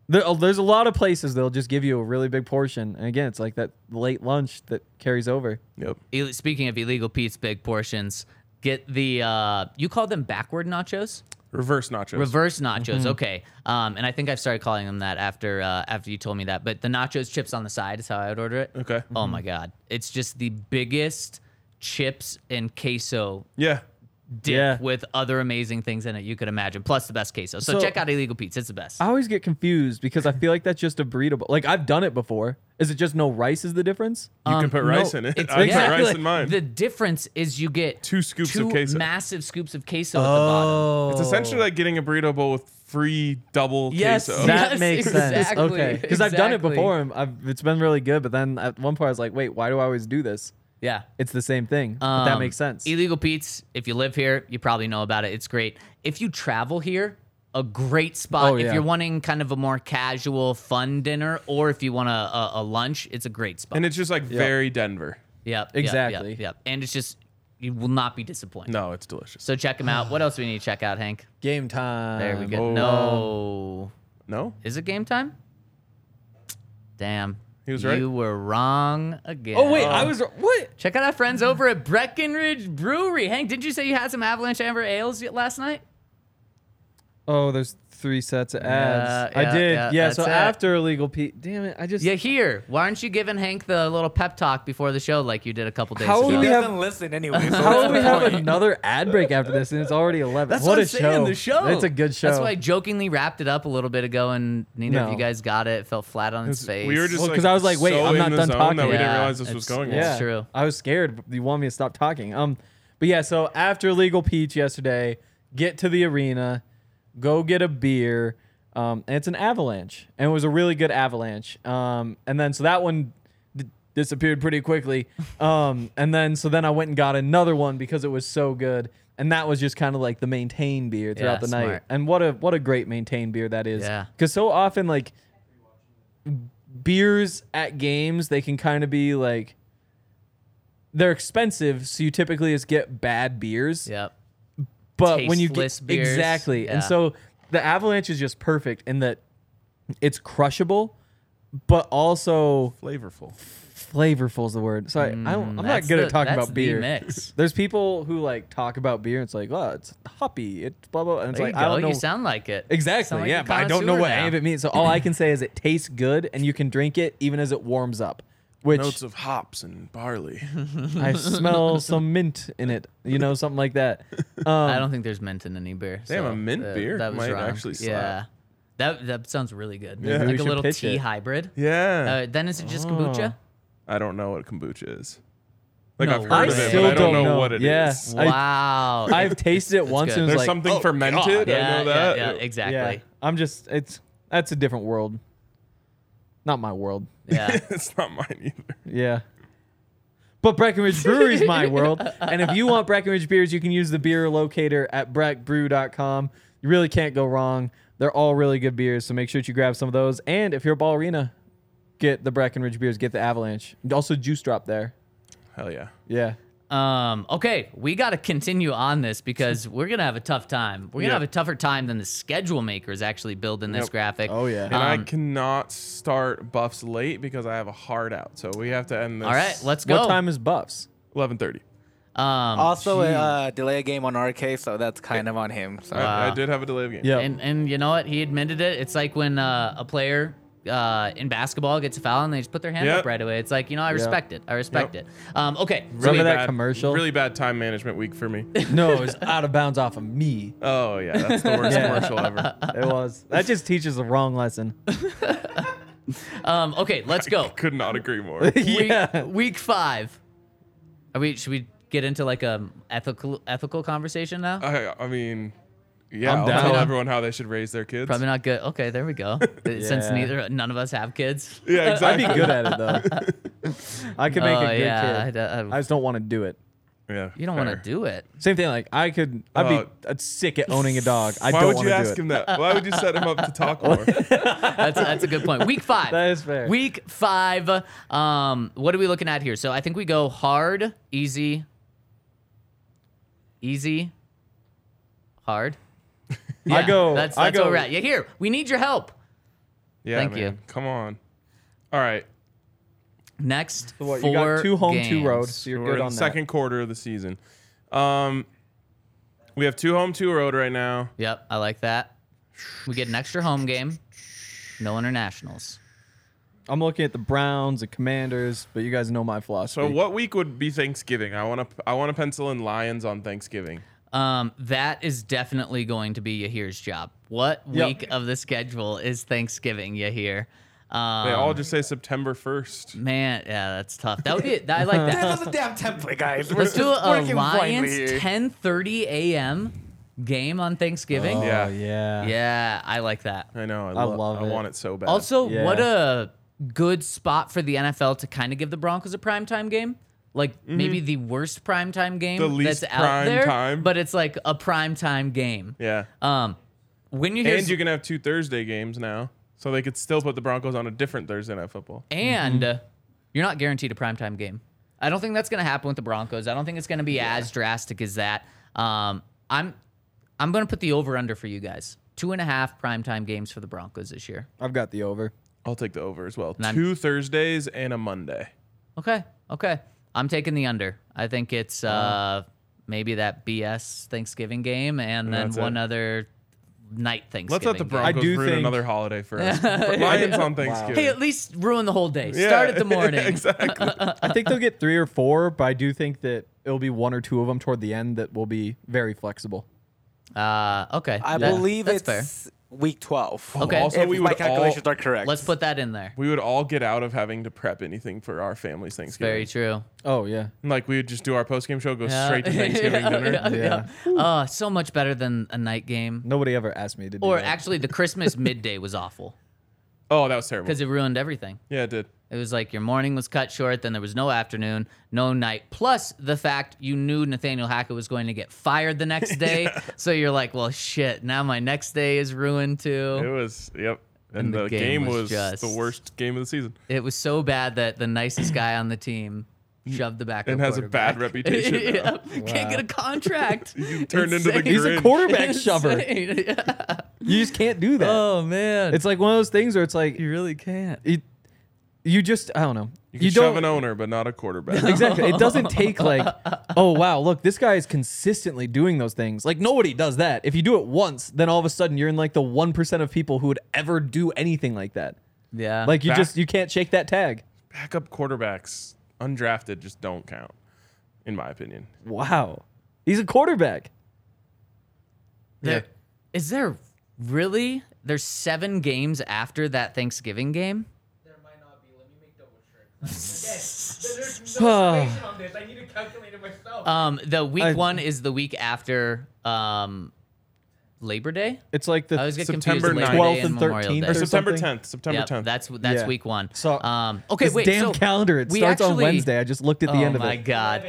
there. oh, There's a lot of places they'll just give you a really big portion, and again, it's like that late lunch that carries over.
yep.
Ill- Speaking of illegal Pete's big portions, get the uh, you call them backward nachos.
Reverse nachos.
Reverse nachos,
Mm-hmm.
okay. Um, and I think I've started calling them that after uh, after you told me that. But the nachos chips on the side is how I would order it.
Okay.
Oh my god, it's just the biggest chips and queso
yeah.
dip
Yeah.
with other amazing things in it you could imagine, plus the best queso. So,
So-
check out Illegal Pete's; it's the best.
I always get confused because I feel like that's just a burrito. But like, I've done it before. Is it just no rice is the difference?
You can put rice in it. I
Um, exactly-
put rice in mine.
The difference is you get
Two scoops of
two
queso. Oh.
massive scoops of queso at the bottom.
it's essentially like getting a burrito bowl with free double
Yes.
queso.
Yeah.
That makes sense.
exactly,
Okay, because I've done it
exactly.
before. and I've, it's been really good, but then at one point I was like, "Wait, why do I always do this?"
Yeah.
It's the same thing. but that
Um,
makes sense.
Illegal Pete's, if you live here, you probably know about it. It's great. If you travel here, a great spot.
Oh,
If
yeah.
you're wanting kind of a more casual, fun dinner, or if you want a, a, a lunch, it's a great spot.
And it's just like very Denver.
yep. yep,
Exactly.
Yep, yep. And it's just, you will not be disappointed.
No, it's delicious.
So check them out. What else do we need to check out, Hank?
Game time.
There we go.
oh.
oh.
No.
No?
Is it game time? Damn.
He was right.
You were wrong again.
Oh wait, I was what?
Check out our friends over at Breckenridge Brewery. Hank, didn't you say you had some Avalanche Amber Ales y- last night?
Oh, there's three sets of ads.
Yeah, yeah,
I did.
yeah,
Yeah.
that's
so
it.
after illegal Pete, damn it, I just.
Yeah, here. Why aren't you giving Hank the little pep talk before the show like you did a couple days
How
ago?
would
He
we
doesn't
have-
listen anyway. So
How
what's
would we
the
have
point?
another ad break after this? And it's already eleven.
That's
what,
what
a
I'm saying,
show!
the show.
It's a good show.
That's why I jokingly wrapped it up a little bit ago, and neither of
No.
you guys got it. It fell flat on its face.
We were just
Well,
like,
'cause I was like, wait,
so
I'm
in
not
the
done
zone
talking.
That we didn't
Yeah,
realize this was
it's-
going on.
That's
yeah,
true.
I was scared. but You want me to stop talking? Um, but yeah. So after legal Peach yesterday, get to the arena, go get a beer. Um, and it's an avalanche, and it was a really good avalanche. Um, and then so that one d- disappeared pretty quickly. Um, and then so then I went and got another one because it was so good. And that was just kind of like the maintain beer throughout
Yeah,
the night.
smart.
And what a what a great maintain beer that is.
Yeah.
Because so often like beers at games, they can kind of be like they're expensive, so you typically just get bad beers.
Yep.
But when you
Tasteless
get
beers.
exactly,
Yeah.
and so the avalanche is just perfect in that it's crushable, but also
flavorful.
Flavorful is the word. So I, I don't,
Mm,
I'm
that's
not good
the-
at talking
that's
about
the
beer.
mix.
There's people who like talk about beer. and It's like, oh, it's hoppy. It's blah blah. And it's
There
like,
you
I
go.
don't know.
You sound like it.
exactly.
Sound like
yeah,
a
but I don't know
connoisseur
what
now.
any of it means. So all I can say is it tastes good, and you can drink it even as it warms up. Which
Notes of hops and barley.
I smell some mint in it. You know, something like that. Um,
I don't think there's mint in any beer.
Damn,
so,
a mint
uh,
beer
that was
might
wrong.
actually slap.
Yeah, that that sounds really good.
Yeah. Maybe
Like
we
a
should
little
pitch
tea
it.
hybrid.
Yeah.
Uh, then is it
Oh.
just kombucha?
I don't know what kombucha is. Like I've
No
heard
way.
of
I
it,
still
but I don't
don't
know,
know.
what it is.
Yeah. I-
Wow.
I've tasted it once
good.
and was
There's
like,
something
"Oh,
fermented.
yeah,
I know
yeah,
that.
yeah,
Yeah,
exactly.
I'm just it's that's a different world. Not my world.
Yeah.
it's not mine either.
Yeah. But Breckenridge Brewery is my world. And if you want Breckenridge beers, you can use the beer locator at breckbrew.com. You really can't go wrong. They're all really good beers, so make sure that you grab some of those. And if you're a ball arena, get the Breckenridge beers, get the Avalanche. Also juice drop there.
Hell yeah.
Yeah.
Um, okay, we got to continue on this because we're gonna have a tough time. We're gonna
Yeah.
have a tougher time than the schedule makers actually build in this
Yep.
graphic.
Oh, yeah.
And I cannot start buffs late because I have a hard out. So we have to end this.
All right, let's go.
What time is Buffs?
11:30.
Um,
Also, uh, delay a game on RK, so that's kind of on him. So.
I, I did have a delay of game.
Yeah.
And and you know what? He admitted it. It's like when uh, a player uh, in basketball gets a foul and they just put their hand
Yep.
up right away. It's like you know I respect it. I respect
Yep.
it. Um, okay. so
Remember
we-
that
bad-
commercial?
Really bad time management week for me.
no, it was out of bounds off of me.
oh yeah, that's the worst
Yeah.
commercial ever.
It was. That just teaches the wrong lesson.
Um, okay, let's go.
Could not agree more.
Week, week five. Are we? Should we get into like a ethical ethical conversation now?
Uh,
I, I mean, yeah,
I'm
I'll
down.
tell everyone how they should raise their kids.
Probably not good. Okay, there we go. Since neither none of us have kids.
Yeah,
I'd be
exactly.
good at it though. I could make
Oh,
a good
yeah,
kid.
I- I-
I just don't want to do it.
Yeah,
You don't want
fair.
to do it.
Same thing. Like I could, I'd
Uh,
be I'd sick at owning a dog. I
Why
don't
would
want
you
to
ask
do it.
him that? Why would you set him up to talk more?
That's that's a good point. Week five.
That is fair.
Week five. Um, what are we looking at here? So I think we go hard, easy, easy, hard.
I go.
That's that's
I go.
where we're at. Yeah, here we need your help.
Yeah,
Thank
man.
you.
Come on. All right,
Next
What,
four
you got two home,
games.
two road. So you're
we're
good
in
on
the
that.
second quarter of the season. Um, we have two home, two road right now.
Yep, I like that. We get an extra home game. No internationals.
I'm looking at the Browns, the Commanders, but you guys know my
So
philosophy.
what week would be Thanksgiving? I want to I want to pencil in Lions on Thanksgiving.
Um, that is definitely going to be Yahir's job. What
Yep.
week of the schedule is Thanksgiving, Yahir? Um,
They all just say September 1st.
man, yeah, that's tough. That would be. That, I like that.
That's a damn template, guys. We're
Let's do
just
a
working blindly
Lions
here.
10:30 a.m. game on Thanksgiving.
Oh,
Yeah.
yeah.
Yeah, I like that.
I know. I,
I
lo-
love
I
it.
want it so bad.
Also,
Yeah.
what a good spot for the NFL to kind of give the Broncos a primetime game. Like maybe the worst primetime game
Mm-hmm. The least
that's out
prime
there,
time.
but it's like a primetime game.
yeah.
Um, when you hear
and you can have two Thursday games now, so they could still put the Broncos on a different Thursday night football.
and uh,
Mm-hmm.
you're not guaranteed a primetime game. I don't think that's going to happen with the Broncos. I don't think it's going to be as drastic as that. Um, I'm I'm going to put the over under for you guys. Two and a half primetime games for the Broncos this year.
I've got the over.
I'll take the over as well.
I'm-
two Thursdays and a Monday.
Okay, okay. I'm taking the under. I think it's uh, maybe that BS Thanksgiving game and then
that's
one
it.
other night
Let's
Thanksgiving.
let the
game.
Broncos
do
ruin
think-
another holiday for us. But Lions on Thanksgiving.
Hey, at least ruin the whole day.
Yeah,
Start at the morning.
exactly.
I think they'll get three or four, but I do think that it'll be one or two of them toward the end that will be very flexible.
Uh, okay.
I
that-
believe
that's fair.
it's week 12.
Okay.
Also,
if
we
my
would all
calculations are correct.
Let's put that in there.
we would all get out of having to prep anything for our families Thanksgiving.
Very true.
Oh yeah.
Like we would just do our post game show, go
Yeah.
straight to Thanksgiving dinner.
yeah. Oh, so much better than a night game.
Nobody ever asked me to do
Or
that.
actually, the Christmas midday was awful.
Oh, that was terrible.
because it ruined everything.
Yeah, it did.
It was like your morning was cut short, then there was no afternoon, no night. Plus the fact you knew Nathaniel Hackett was going to get fired the next day. So you're like, well, shit, now my next day is ruined too.
It was. Yep. And,
And
the, game, was,
just-
the worst game of the season.
It was so bad that the nicest guy on the team shoved the backup
And has a bad
quarterback.
reputation now.
Yep. Can't get a contract.
turned into the
Insane.
He's a quarterback shover.
Insane. Yeah.
You just can't do that.
Oh man,
It's like one of those things where it's like
you really can't.
you, you just I don't know.
You can
don't
shove an owner, but not a quarterback.
exactly. It doesn't take like, oh wow, look, this guy is consistently doing those things. Like nobody does that. If you do it once, then all of a sudden you're in like the one percent of people who would ever do anything like that.
Yeah.
Like you
Back-
just you can't shake that tag.
Backup quarterbacks, undrafted, just don't count, in my opinion.
Wow, he's a quarterback.
There- is there really? There's seven games after that Thanksgiving game. Um, the week
I-
one is the week after um, Labor Day.
it's like the
I always get
September
confused. with Labor
12th
Day and
and
Memorial
13th
Day.
Or
There's
September
something-
10th. September
yeah,
10th.
that's that's
Yeah.
week one.
So,
um, okay,
this
wait.
damn
so
calendar. It
we
starts on
actually-
Wednesday. I just looked at the
oh
end of
my
it.
god.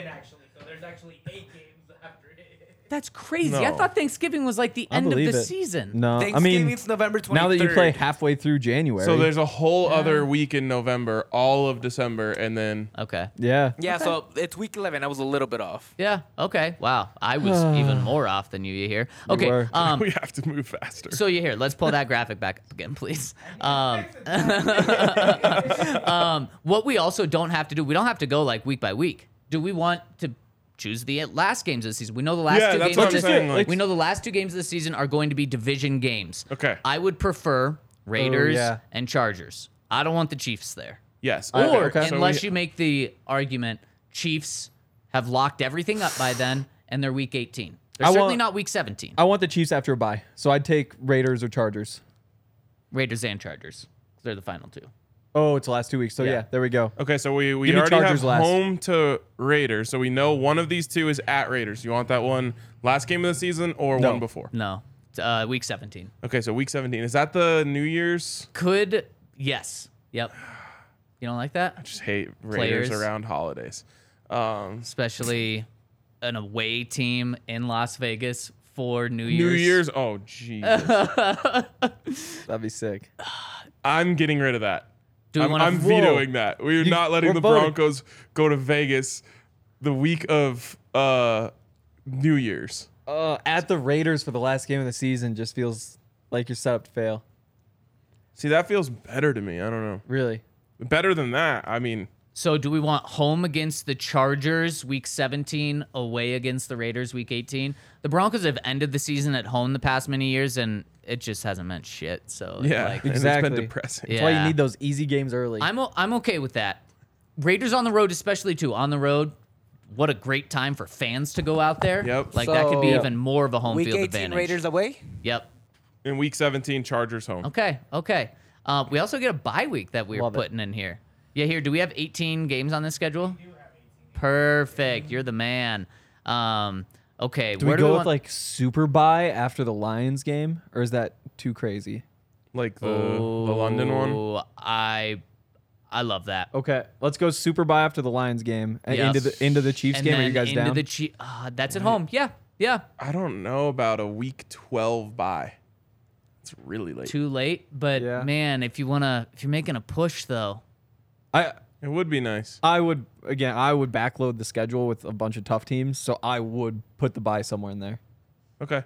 That's crazy. I
No.
thought Thanksgiving was like the
I
end of
believe
the
it.
season.
No, Uh, I
Thanksgiving,
mean
it's November 23rd.
now that you play halfway through January.
So there's a whole other week in November, all of December, and then
Okay.
yeah.
Yeah, so it's week 11. I was a little bit off.
Yeah. Okay. Wow. I was even more off than you. You hear? Okay.
were.
Um,
we have to move faster.
So you here? Let's pull that graphic back up again, please. Um, um, what we also don't have to do, we don't have to go like week by week. Do we want to choose the last games of the season? We know the last
Yeah,
two
that's
games.
what I'm
of the
saying, like-
we know the last two games of the season are going to be division games.
Okay.
I would prefer Raiders
Oh, yeah.
and Chargers. I don't want the Chiefs there.
yes.
Or
okay. So
unless
we-
you make the argument, Chiefs have locked everything up by then, and they're week 18. They're
I
certainly
want-
not week 17.
I want the Chiefs after a bye, so I'd take Raiders or Chargers.
Raiders and Chargers. They're the final two.
Oh, it's the last two weeks. So yeah, there we go.
Okay, so we, we
Give me
already
Chargers
have
last.
home to Raiders, so we know one of these two is at Raiders. You want that one last game of the season or
No.
one before?
No, It's, uh, week 17.
Okay, so week 17 is that the New Year's?
Could yes, yep. You don't like that,
Just hate Raiders
Players.
around holidays. Um,
especially an away team in Las Vegas for New
New
Year's.
Year's. Oh, Jesus.
That'd be sick.
I'm getting rid of that.
Do we
I'm,
wanna-
I'm
Whoa.
vetoing that. We're
You-
not letting
we're
the
voting.
Broncos go to Vegas the week of uh, New Year's.
Uh, at the Raiders for the last game of the season just feels like you're set up to fail.
See, that feels better to me. I don't know.
Really?
Better than that. I mean,
So, do we want home against the Chargers week 17, away against the Raiders week 18? The Broncos have ended the season at home the past many years, and it just hasn't meant shit. So,
yeah,
like,
and It's
Exactly.
been depressing.
That's why
Yeah.
you need those easy games early.
I'm o- I'm okay with that. Raiders on the road, especially too on the road. What a great time for fans to go out there.
Yep.
Like that could be
So-
even more of a home
Week
field
18
advantage.
Raiders away.
Yep.
In week 17, Chargers home.
Okay. Okay. Uh, we also get a bye week that we we're
Love it.
putting in here. Yeah. Here, do we have 18 games on this schedule? Perfect. You're the man. Um, okay.
do we
where
go
do we
with
want-
like super bye after the Lions game, or is that too crazy?
Like the, the London one.
Ooh, I I love that.
Okay, let's go super bye after the Lions game and
Yeah.
into the into the Chiefs
and
game.
then
Are you guys
into
down?
the Chie- uh, that's at home. Yeah. Yeah.
I don't know about a week 12 bye. It's really late.
too late. But
Yeah.
man, if you wanna, if you're making a push though,
I
It would be nice.
I would again. I would backload the schedule with a bunch of tough teams, so I would put the bye somewhere in there.
Okay.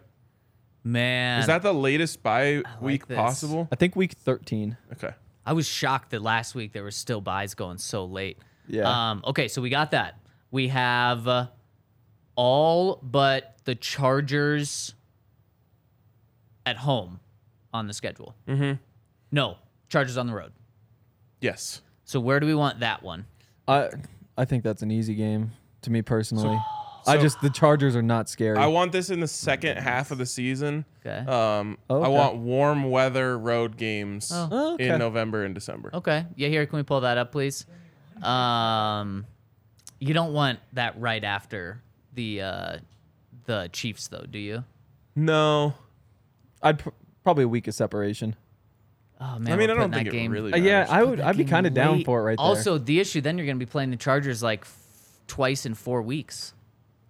man,
Is that the latest bye week
this.
possible?
I think week thirteen.
Okay.
I was shocked that last week there were still buys going so late.
Yeah.
Um. Okay, so we got that. We have uh, all but the Chargers at home on the schedule. Mm-hmm. No, Chargers on the road.
Yes.
So where do we want that one?
I I think that's an easy game to me personally. I just the Chargers are not scary.
I want this in the second half of the season.
Okay.
Um,
Oh,
I
okay.
want warm weather road games
Oh, okay.
in November and December.
Okay. Yeah, here, can we pull that up, please? Um, you don't want that right after the uh, the Chiefs, though, do you?
No.
I'd pr- probably a week of separation.
Oh man,
I mean,
we're
I don't
putting that
think it
game-
really
Uh, yeah, I would. I'd be kind of down
Wait,
for it right there.
Also, the issue then you're going to be playing the Chargers like f- twice in four weeks.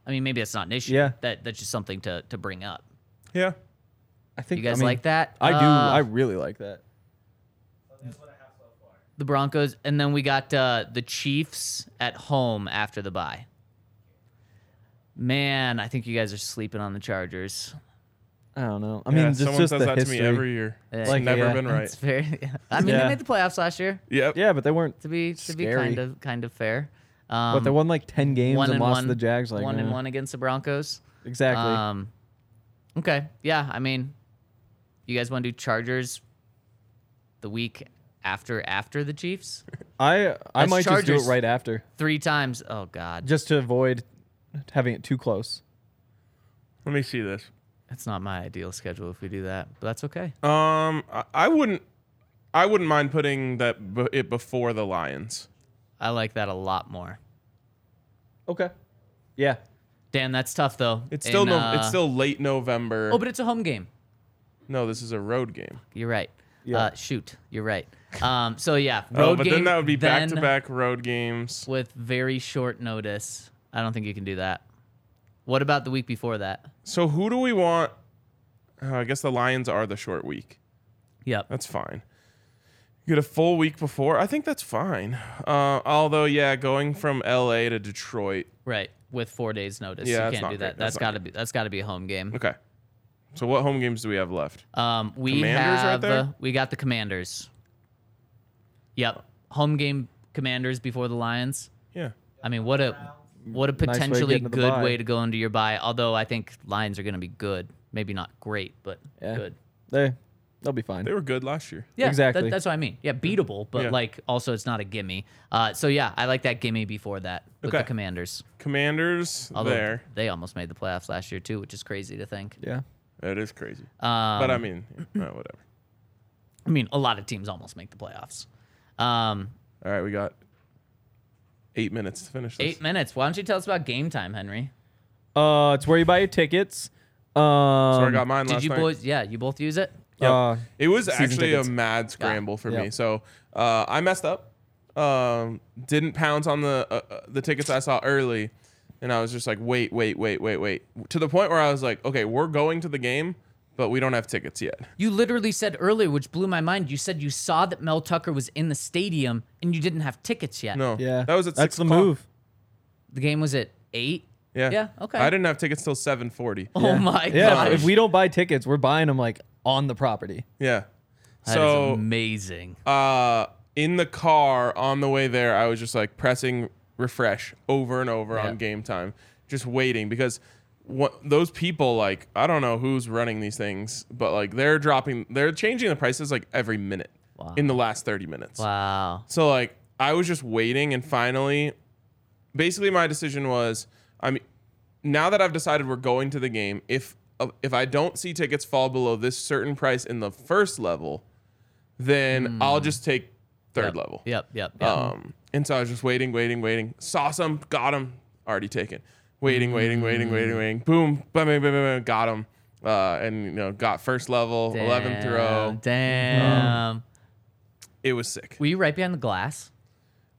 I mean, maybe that's not an issue.
Yeah.
that that's just something to to bring up.
Yeah.
I think
you guys
I mean,
like that?
I do.
Uh,
I really like that.
The Broncos, and then we got uh, the Chiefs at home after the bye. Man, I think you guys are sleeping on the Chargers.
I don't know. I
Yeah,
mean, just,
someone
just
says
the
that
history.
to me every year. It's
Like,
never
yeah.
been right.
That's very. I mean,
Yeah.
they made the playoffs last year.
Yep.
Yeah, but they weren't.
To be to be
Scary.
kind of kind of fair. Um,
but they won like ten games
one
and,
and
lost
one,
to the Jags. Like
one and
eh.
one against the Broncos.
Exactly.
Um, okay. Yeah. I mean, you guys want to do Chargers the week after after the Chiefs
I I
that's
might just
Chargers.
do it right after,
three times? Oh God,
just to avoid having it too close.
Let me see this.
that's not my ideal schedule if we do that, but that's okay.
Oh.
Um, I, I wouldn't. I wouldn't mind putting that b- it before the Lions.
I like that a lot more.
Okay. Yeah.
Damn, that's tough though.
It's still
In,
no,
uh,
it's still late November.
Oh, but it's a home game.
no, this is a road game.
You're right.
Yeah.
Uh, shoot, you're right. Um, so yeah, road
oh, but
game,
then that would be back to
then
back road games.
with very short notice. I don't think you can do that. What about the week before that?
So who do we want? Oh, I guess the Lions are the short week.
Yep.
That's fine. You get a full week before. I think that's fine. Uh, although, yeah, going from LA to Detroit.
Right, with four days' notice,
Yeah,
you
that's
can't
not
do
great.
that.
That's
That's
not
got to be that's got to be a home game.
Okay. So what home games do we have left?
Um, we
Commanders right
have
there?
uh, we got the Commanders. Yep, home game Commanders before the Lions.
Yeah.
I mean, what a what a
way of
potentially
getting to the
good
bye.
way to go into your bye. Although I think Lions are going to be good, maybe not great, but
Yeah.
good.
They they'll be fine.
They were good last year.
Yeah,
Exactly.
that- that's what I mean. Yeah, beatable, but
Yeah.
like also it's not a gimme. Uh, so yeah, I like that gimme before that with the
Okay.
Commanders.
Commanders
Although
there.
they almost made the playoffs last year too, which is crazy to think.
yeah.
That is crazy.
Um,
but I mean, yeah, uh, whatever.
I mean, a lot of teams almost make the playoffs. Um,
All right, we got eight minutes to finish this.
eight minutes. Why don't you tell us about game time, Henry?
Uh, it's where you buy your tickets.
So
Um,
I got mine
Did
last
you
night.
boys? Yeah, you both use it.
Yep.
uh,
it was
season
actually
tickets.
a mad scramble for
Yeah.
me. So uh, I messed up. Um, didn't pounce on the uh, uh, the tickets I saw early, and I was just like, wait, wait, wait, wait, wait. To the point where I was like, okay, we're going to the game, but we don't have tickets yet.
You literally said earlier, which blew my mind. You said you saw that Mel Tucker was in the stadium and you didn't have tickets yet.
No,
yeah.
that was at six
That's the
o'clock.
move.
The game was at eight.
Yeah,
Yeah, okay.
I didn't have tickets till seven forty.
Oh my
Yeah.
gosh.
If we don't buy tickets, we're buying them like on the property.
Yeah,
That is
so
amazing.
uh, in the car on the way there, I was just like pressing refresh over and over
Yeah.
on game time, just waiting because what those people like I don't know who's running these things, but like they're dropping, they're changing the prices like every minute in the last thirty minutes.
Wow.
So like I was just waiting and finally basically my decision was I mean now that I've decided we're going to the game, if uh, if I don't see tickets fall below this certain price in the first level, then I'll just take third
Yep,
level.
Yep. Yep. yep.
Um and so I was just waiting, waiting, waiting. Saw some, got him, already taken. Waiting, waiting, waiting, waiting, waiting. Boom, bam, bam, bam, bam, got him. Uh, and you know, got first level, eleventh row.
Damn.
It was sick.
Were you right behind the glass?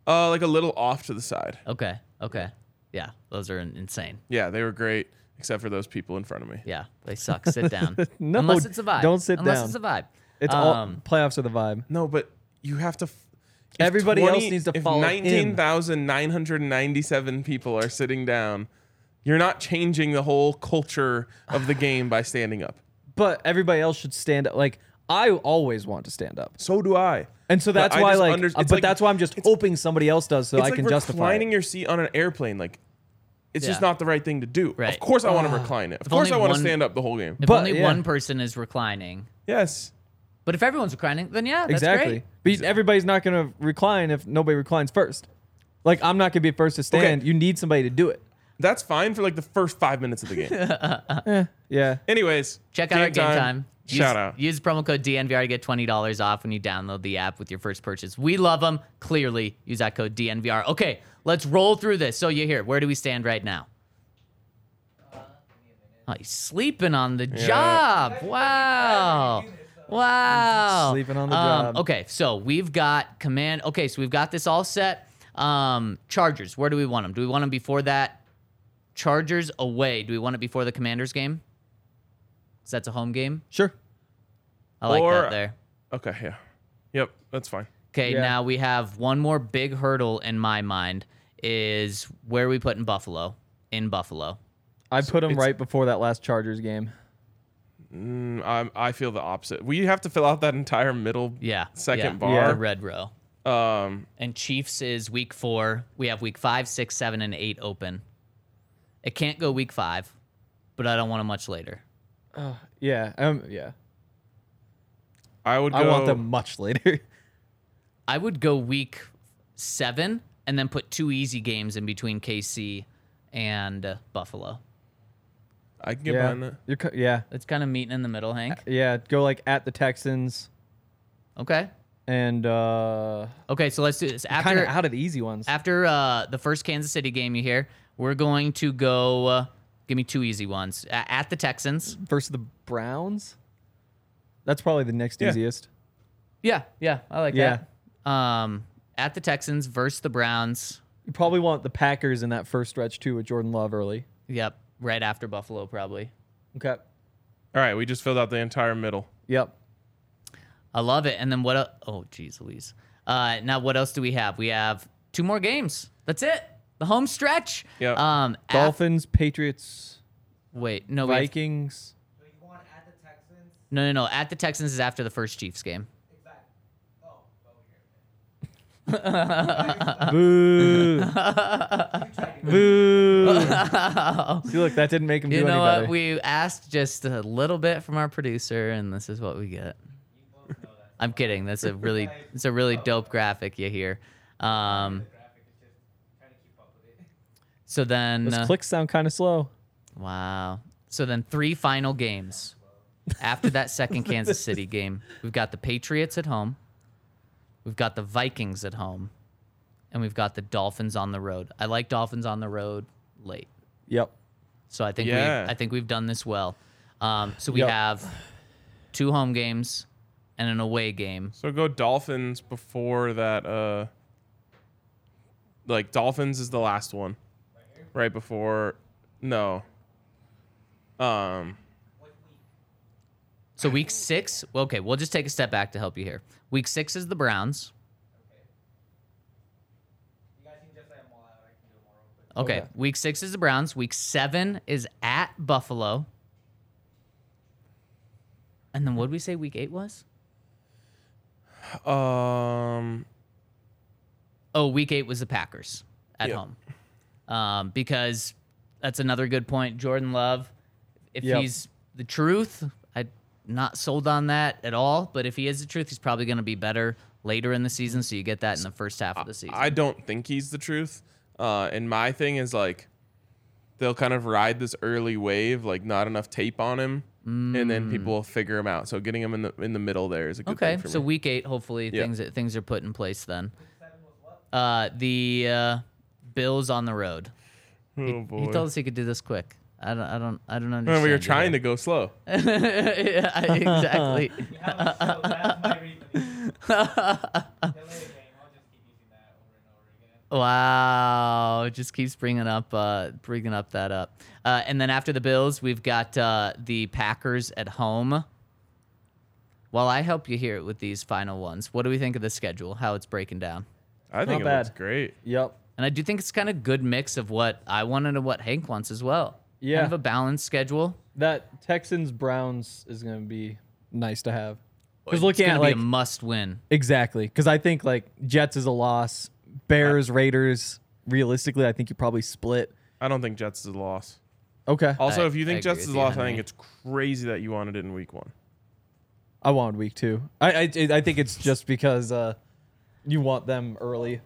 Uh, like a little off to the side.
Okay. Okay. Yeah. Those are in- insane.
Yeah, they were great, except for those people in front of me.
Yeah. They suck. Sit down.
No,
Unless it's a vibe.
don't sit
Unless
down.
it's a vibe.
It's
Um,
all playoffs are the vibe.
No, but you have to. f- if
Everybody else needs to
if
follow him.
Nineteen thousand nine hundred ninety-seven people are sitting down. You're not changing the whole culture of the game by standing up.
But everybody else should stand up. Like I always want to stand up,
So do I.
and so
But
that's
I
why
just
like,
under-
uh,
it's
but
like-
that's why I'm just hoping somebody else does so
It's
I
like
can justify.
reclining
It.
your seat on an airplane. Like, it's just
Yeah.
not the right thing to do.
Right.
Of course, I want to recline it. Of
If
course,
only
I want to
one-
stand up the whole game.
If
But,
only
yeah.
one person is reclining.
Yes.
But if everyone's reclining, then yeah, that's
Exactly.
great.
But everybody's not going to recline if nobody reclines first. Like I'm not going to be first to stand. You need somebody to do it.
That's fine for like the first five minutes of the game.
Yeah.
Anyways,
Check out our game time. Use,
Shout out.
Use promo code DNVR to get twenty dollars off when you download the app with your first purchase. We love them. Clearly, use that code DNVR. Okay, let's roll through this. So you here? Where do we stand right now? Oh, he's sleeping on the job. Wow. Wow.
Sleeping on the
Um,
job.
Okay, so we've got command. Okay, so we've got this all set. Um, Chargers, where do we want them? Do we want them before that? Chargers away. Do we want it before the Commanders game? Because that's a home game.
Sure.
I like
Or-
that there.
Okay, yeah. Yep, that's fine.
Okay,
Yeah.
now we have one more big hurdle in my mind is where are we putting Buffalo? In Buffalo.
I put him right before that last Chargers game.
Mm, I'm, I feel the opposite. We have to fill out that entire middle
yeah,
second
yeah,
bar.
the red row.
Um,
and Chiefs is week four. We have week five, six, seven, and eight open. It can't go week five, but I don't want it much later.
Uh, yeah. Um. Yeah.
I would.
I want
go-
them much later.
I would go week seven and then put two easy games in between KC and uh, Buffalo.
I can
get
yeah.
behind that.
You're co- yeah.
It's kind of meeting in the middle, Hank.
Yeah. Go like at the Texans.
Okay.
And uh.
Okay, so let's do this.
After
After
out of the easy ones.
after uh, the first Kansas City game you hear, we're going to go. Uh, give me two easy ones A- at the Texans.
versus the Browns. That's probably the next
Yeah.
easiest.
Yeah, yeah, I like
Yeah.
that. Um, at the Texans versus the Browns.
You probably want the Packers in that first stretch too with Jordan Love early.
Yep, right after Buffalo, probably.
Okay.
All right, we just filled out the entire middle.
Yep.
I love it. And then what? El- oh, geez, Louise. Uh, now what else do we have? We have two more games. That's it. The home stretch.
Yep.
Um, af-
Dolphins, Patriots,
Wait, no. we have-
Vikings.
no, no, no. At the Texans is after the first Chiefs game.
Boo. Boo.
Wow.
See, look, that didn't make him
You
do
know
any
what?
better.
We asked just a little bit from our producer, and this is what we get. I'm kidding. That's a really, it's a really dope graphic you hear. Um, so then,
Those
uh,
clicks sound kind of slow.
wow. So then, three final games after that second Kansas City game. We've got the Patriots at home, we've got the Vikings at home, and we've got the Dolphins on the road. I like Dolphins on the road late.
Yep.
So I think
Yeah.
we I think we've done this well. Um, so we
Yep.
have two home games and an away game.
So go Dolphins before that. Uh, like Dolphins is the last one, right before. No. Um.
So week six. well, Okay, we'll just take a step back to help you here. Week six is the Browns. Okay.
Okay.
Week six is the Browns. Week seven is at Buffalo. And then what did we say week eight was?
Um.
Oh, week eight was the Packers at
Yep.
home. Um, because that's another good point. Jordan Love, if
Yep.
he's the truth, I'm not sold on that at all. But if he is the truth, he's probably going to be better later in the season. So you get that in the first half of the season.
I don't think he's the truth. Uh, and my thing is like, they'll kind of ride this early wave, like not enough tape on him, and then people will figure him out. So getting him in the in the middle there is a good
okay,
Thing for
so
me.
week eight, hopefully
Yeah.
things things are put in place then. Uh, the uh, Bills on the road. He-
Oh,
he
boy.
told us he could do this quick. I don't. I don't. I don't
Remember,
understand.
we were
you
trying
here.
to go slow.
yeah, exactly. wow, it just keeps bringing up, uh, bringing up that up. Uh, and then after the Bills, we've got uh, the Packers at home. While I help you here with these final ones, what do we think of the schedule? How it's breaking down?
I think it looks great.
Yep.
And I do think it's kind of good mix of what I wanted and what Hank wants as well.
Yeah.
Kind of a balanced schedule.
That Texans Browns is going to be nice to have. Because
It's
looking
gonna
at
be
like
a must win.
exactly because I think like Jets is a loss, Bears Raiders. Realistically, I think you probably split.
I don't think Jets is a loss.
Okay.
Also,
I-
if you
I
think
agree
Jets
with
is a
you,
loss, I
Henry.
think it's crazy that you wanted it in week one.
I want week two. I I, I think it's just because uh, you want them early.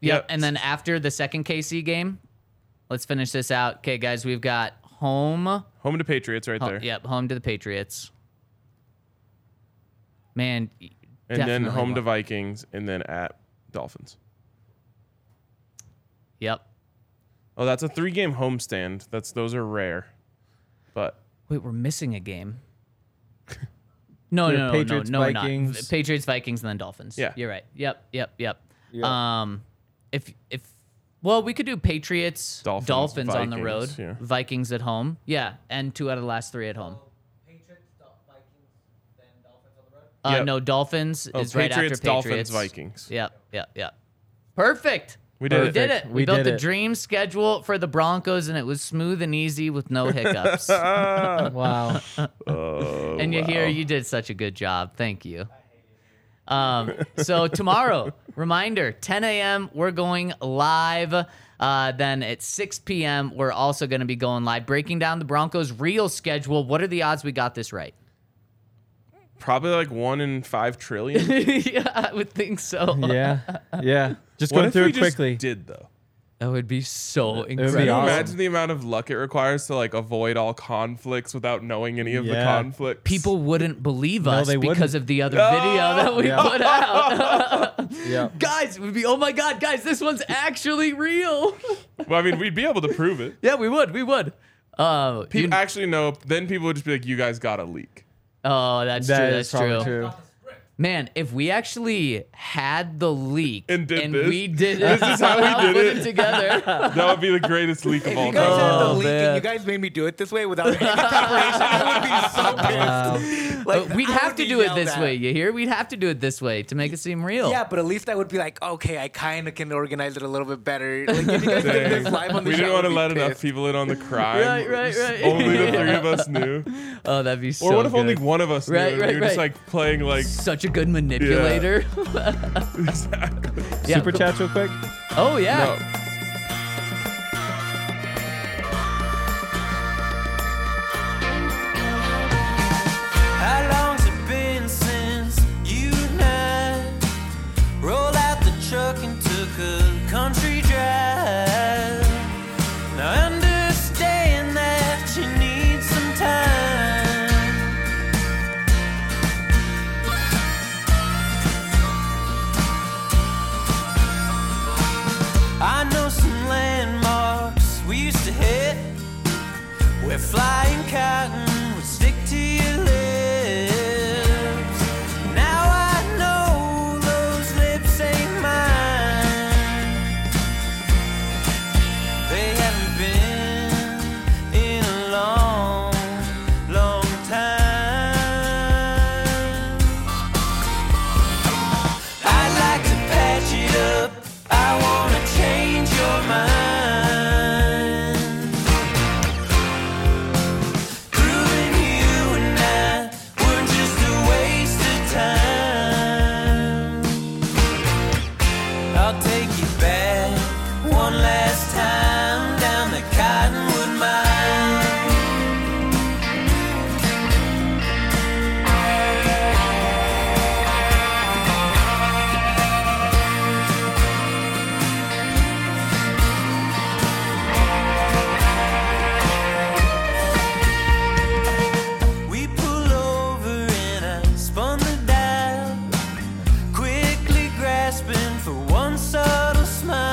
Yep. And then after the second KC game, let's finish this out. Okay, guys, we've got home.
Home to Patriots right there.
Yep, home to the Patriots. Man. y-
And then
definitely
home
wa-
to Vikings, and then at Dolphins.
Yep.
Oh, that's a three-game homestand. That's those are rare, but
Wait, we're missing a game. No,
Yeah,
no, no,
Patriots,
no, no, we're
Vikings.
not. Patriots, Vikings, and then Dolphins.
Yeah.
you're right. Yep, yep, yep.
Yep.
Um, if if well, we could do Patriots, Dolphins, on the road,
Vikings, yeah.
Vikings at home. Yeah, and two out of the last three at home. Uh,
Yep.
No, Dolphins
Oh,
is right after
Patriots, Dolphins,
Patriots.
Vikings.
Yep, yep, yep. Perfect.
We did it.
We did it.
Perfect.
We,
We
built
did
the
it.
dream schedule for the Broncos, and it was smooth and easy with no hiccups.
Wow.
Oh, and you hear
wow.
you did such a good job. Thank you. Um, so tomorrow, reminder, 10 a.m. We're going live. Uh, then at 6 p.m. We're also going to be going live, breaking down the Broncos' real schedule. What are the odds we got this right?
Probably like one in five trillion.
yeah, I would think so.
Yeah, yeah. Just
What
going
if
through
we
it
just
quickly.
did though.
That would be so
be
incredible.
Can you
awesome.
imagine the amount of luck it requires to like avoid all conflicts without knowing any of the
Yeah.
conflicts?
People wouldn't believe
No,
us
they
because
wouldn't.
of the other
No!
video that we
Yeah.
put out.
Yeah.
Guys, we'd be, oh my God, guys, this one's actually real.
Well, I mean, we'd be able to prove it.
yeah, we would. We would. Uh,
people actually know. Then people would just be like, "You guys got a leak."
Oh, that's
That
true.
is
that's true.
probably true.
Man, if we actually had the leak and,
this?
we did it,
This is how we
somehow
did
put
it.
together.
That would be the greatest leak of
If
all
you guys had
time.
Oh,
the leak and you guys made me do it this way without any preparation, I would be so pissed.
But we'd
I
have
would
to
be
do it
yelled
this
at.
way. You hear? We'd have to do it this way to make it seem real.
Yeah, but at least I would be like, okay, I kind of can organize it a little bit better. Like, if you guys did
Dang.
this live on the
we
show,
didn't
I would
want to
be
let
pissed.
enough people in on the crime.
Right, right, right.
Only the three of us knew.
Oh, that'd be so.
or what if only
good.
one of us knew?
Right,
and
right,
we were just
right.
like playing like
such a good manipulator. Yeah.
Super chats real quick.
Oh yeah.
No.
How long's it been since you and I rolled out the truck and took a country drive? Now I understand that you need some time. I know some landmarks we used to hit where flying cotton would stick to your lips. Now I know those lips ain't mine. They haven't been in a long, long time. I'd like to patch it up. I wanna change your mind. Proving you and I were just a waste of time. I'll take you back one last time down the cottonwood mine. We pull over and I spun the dial, quickly grasping for one subtle smile.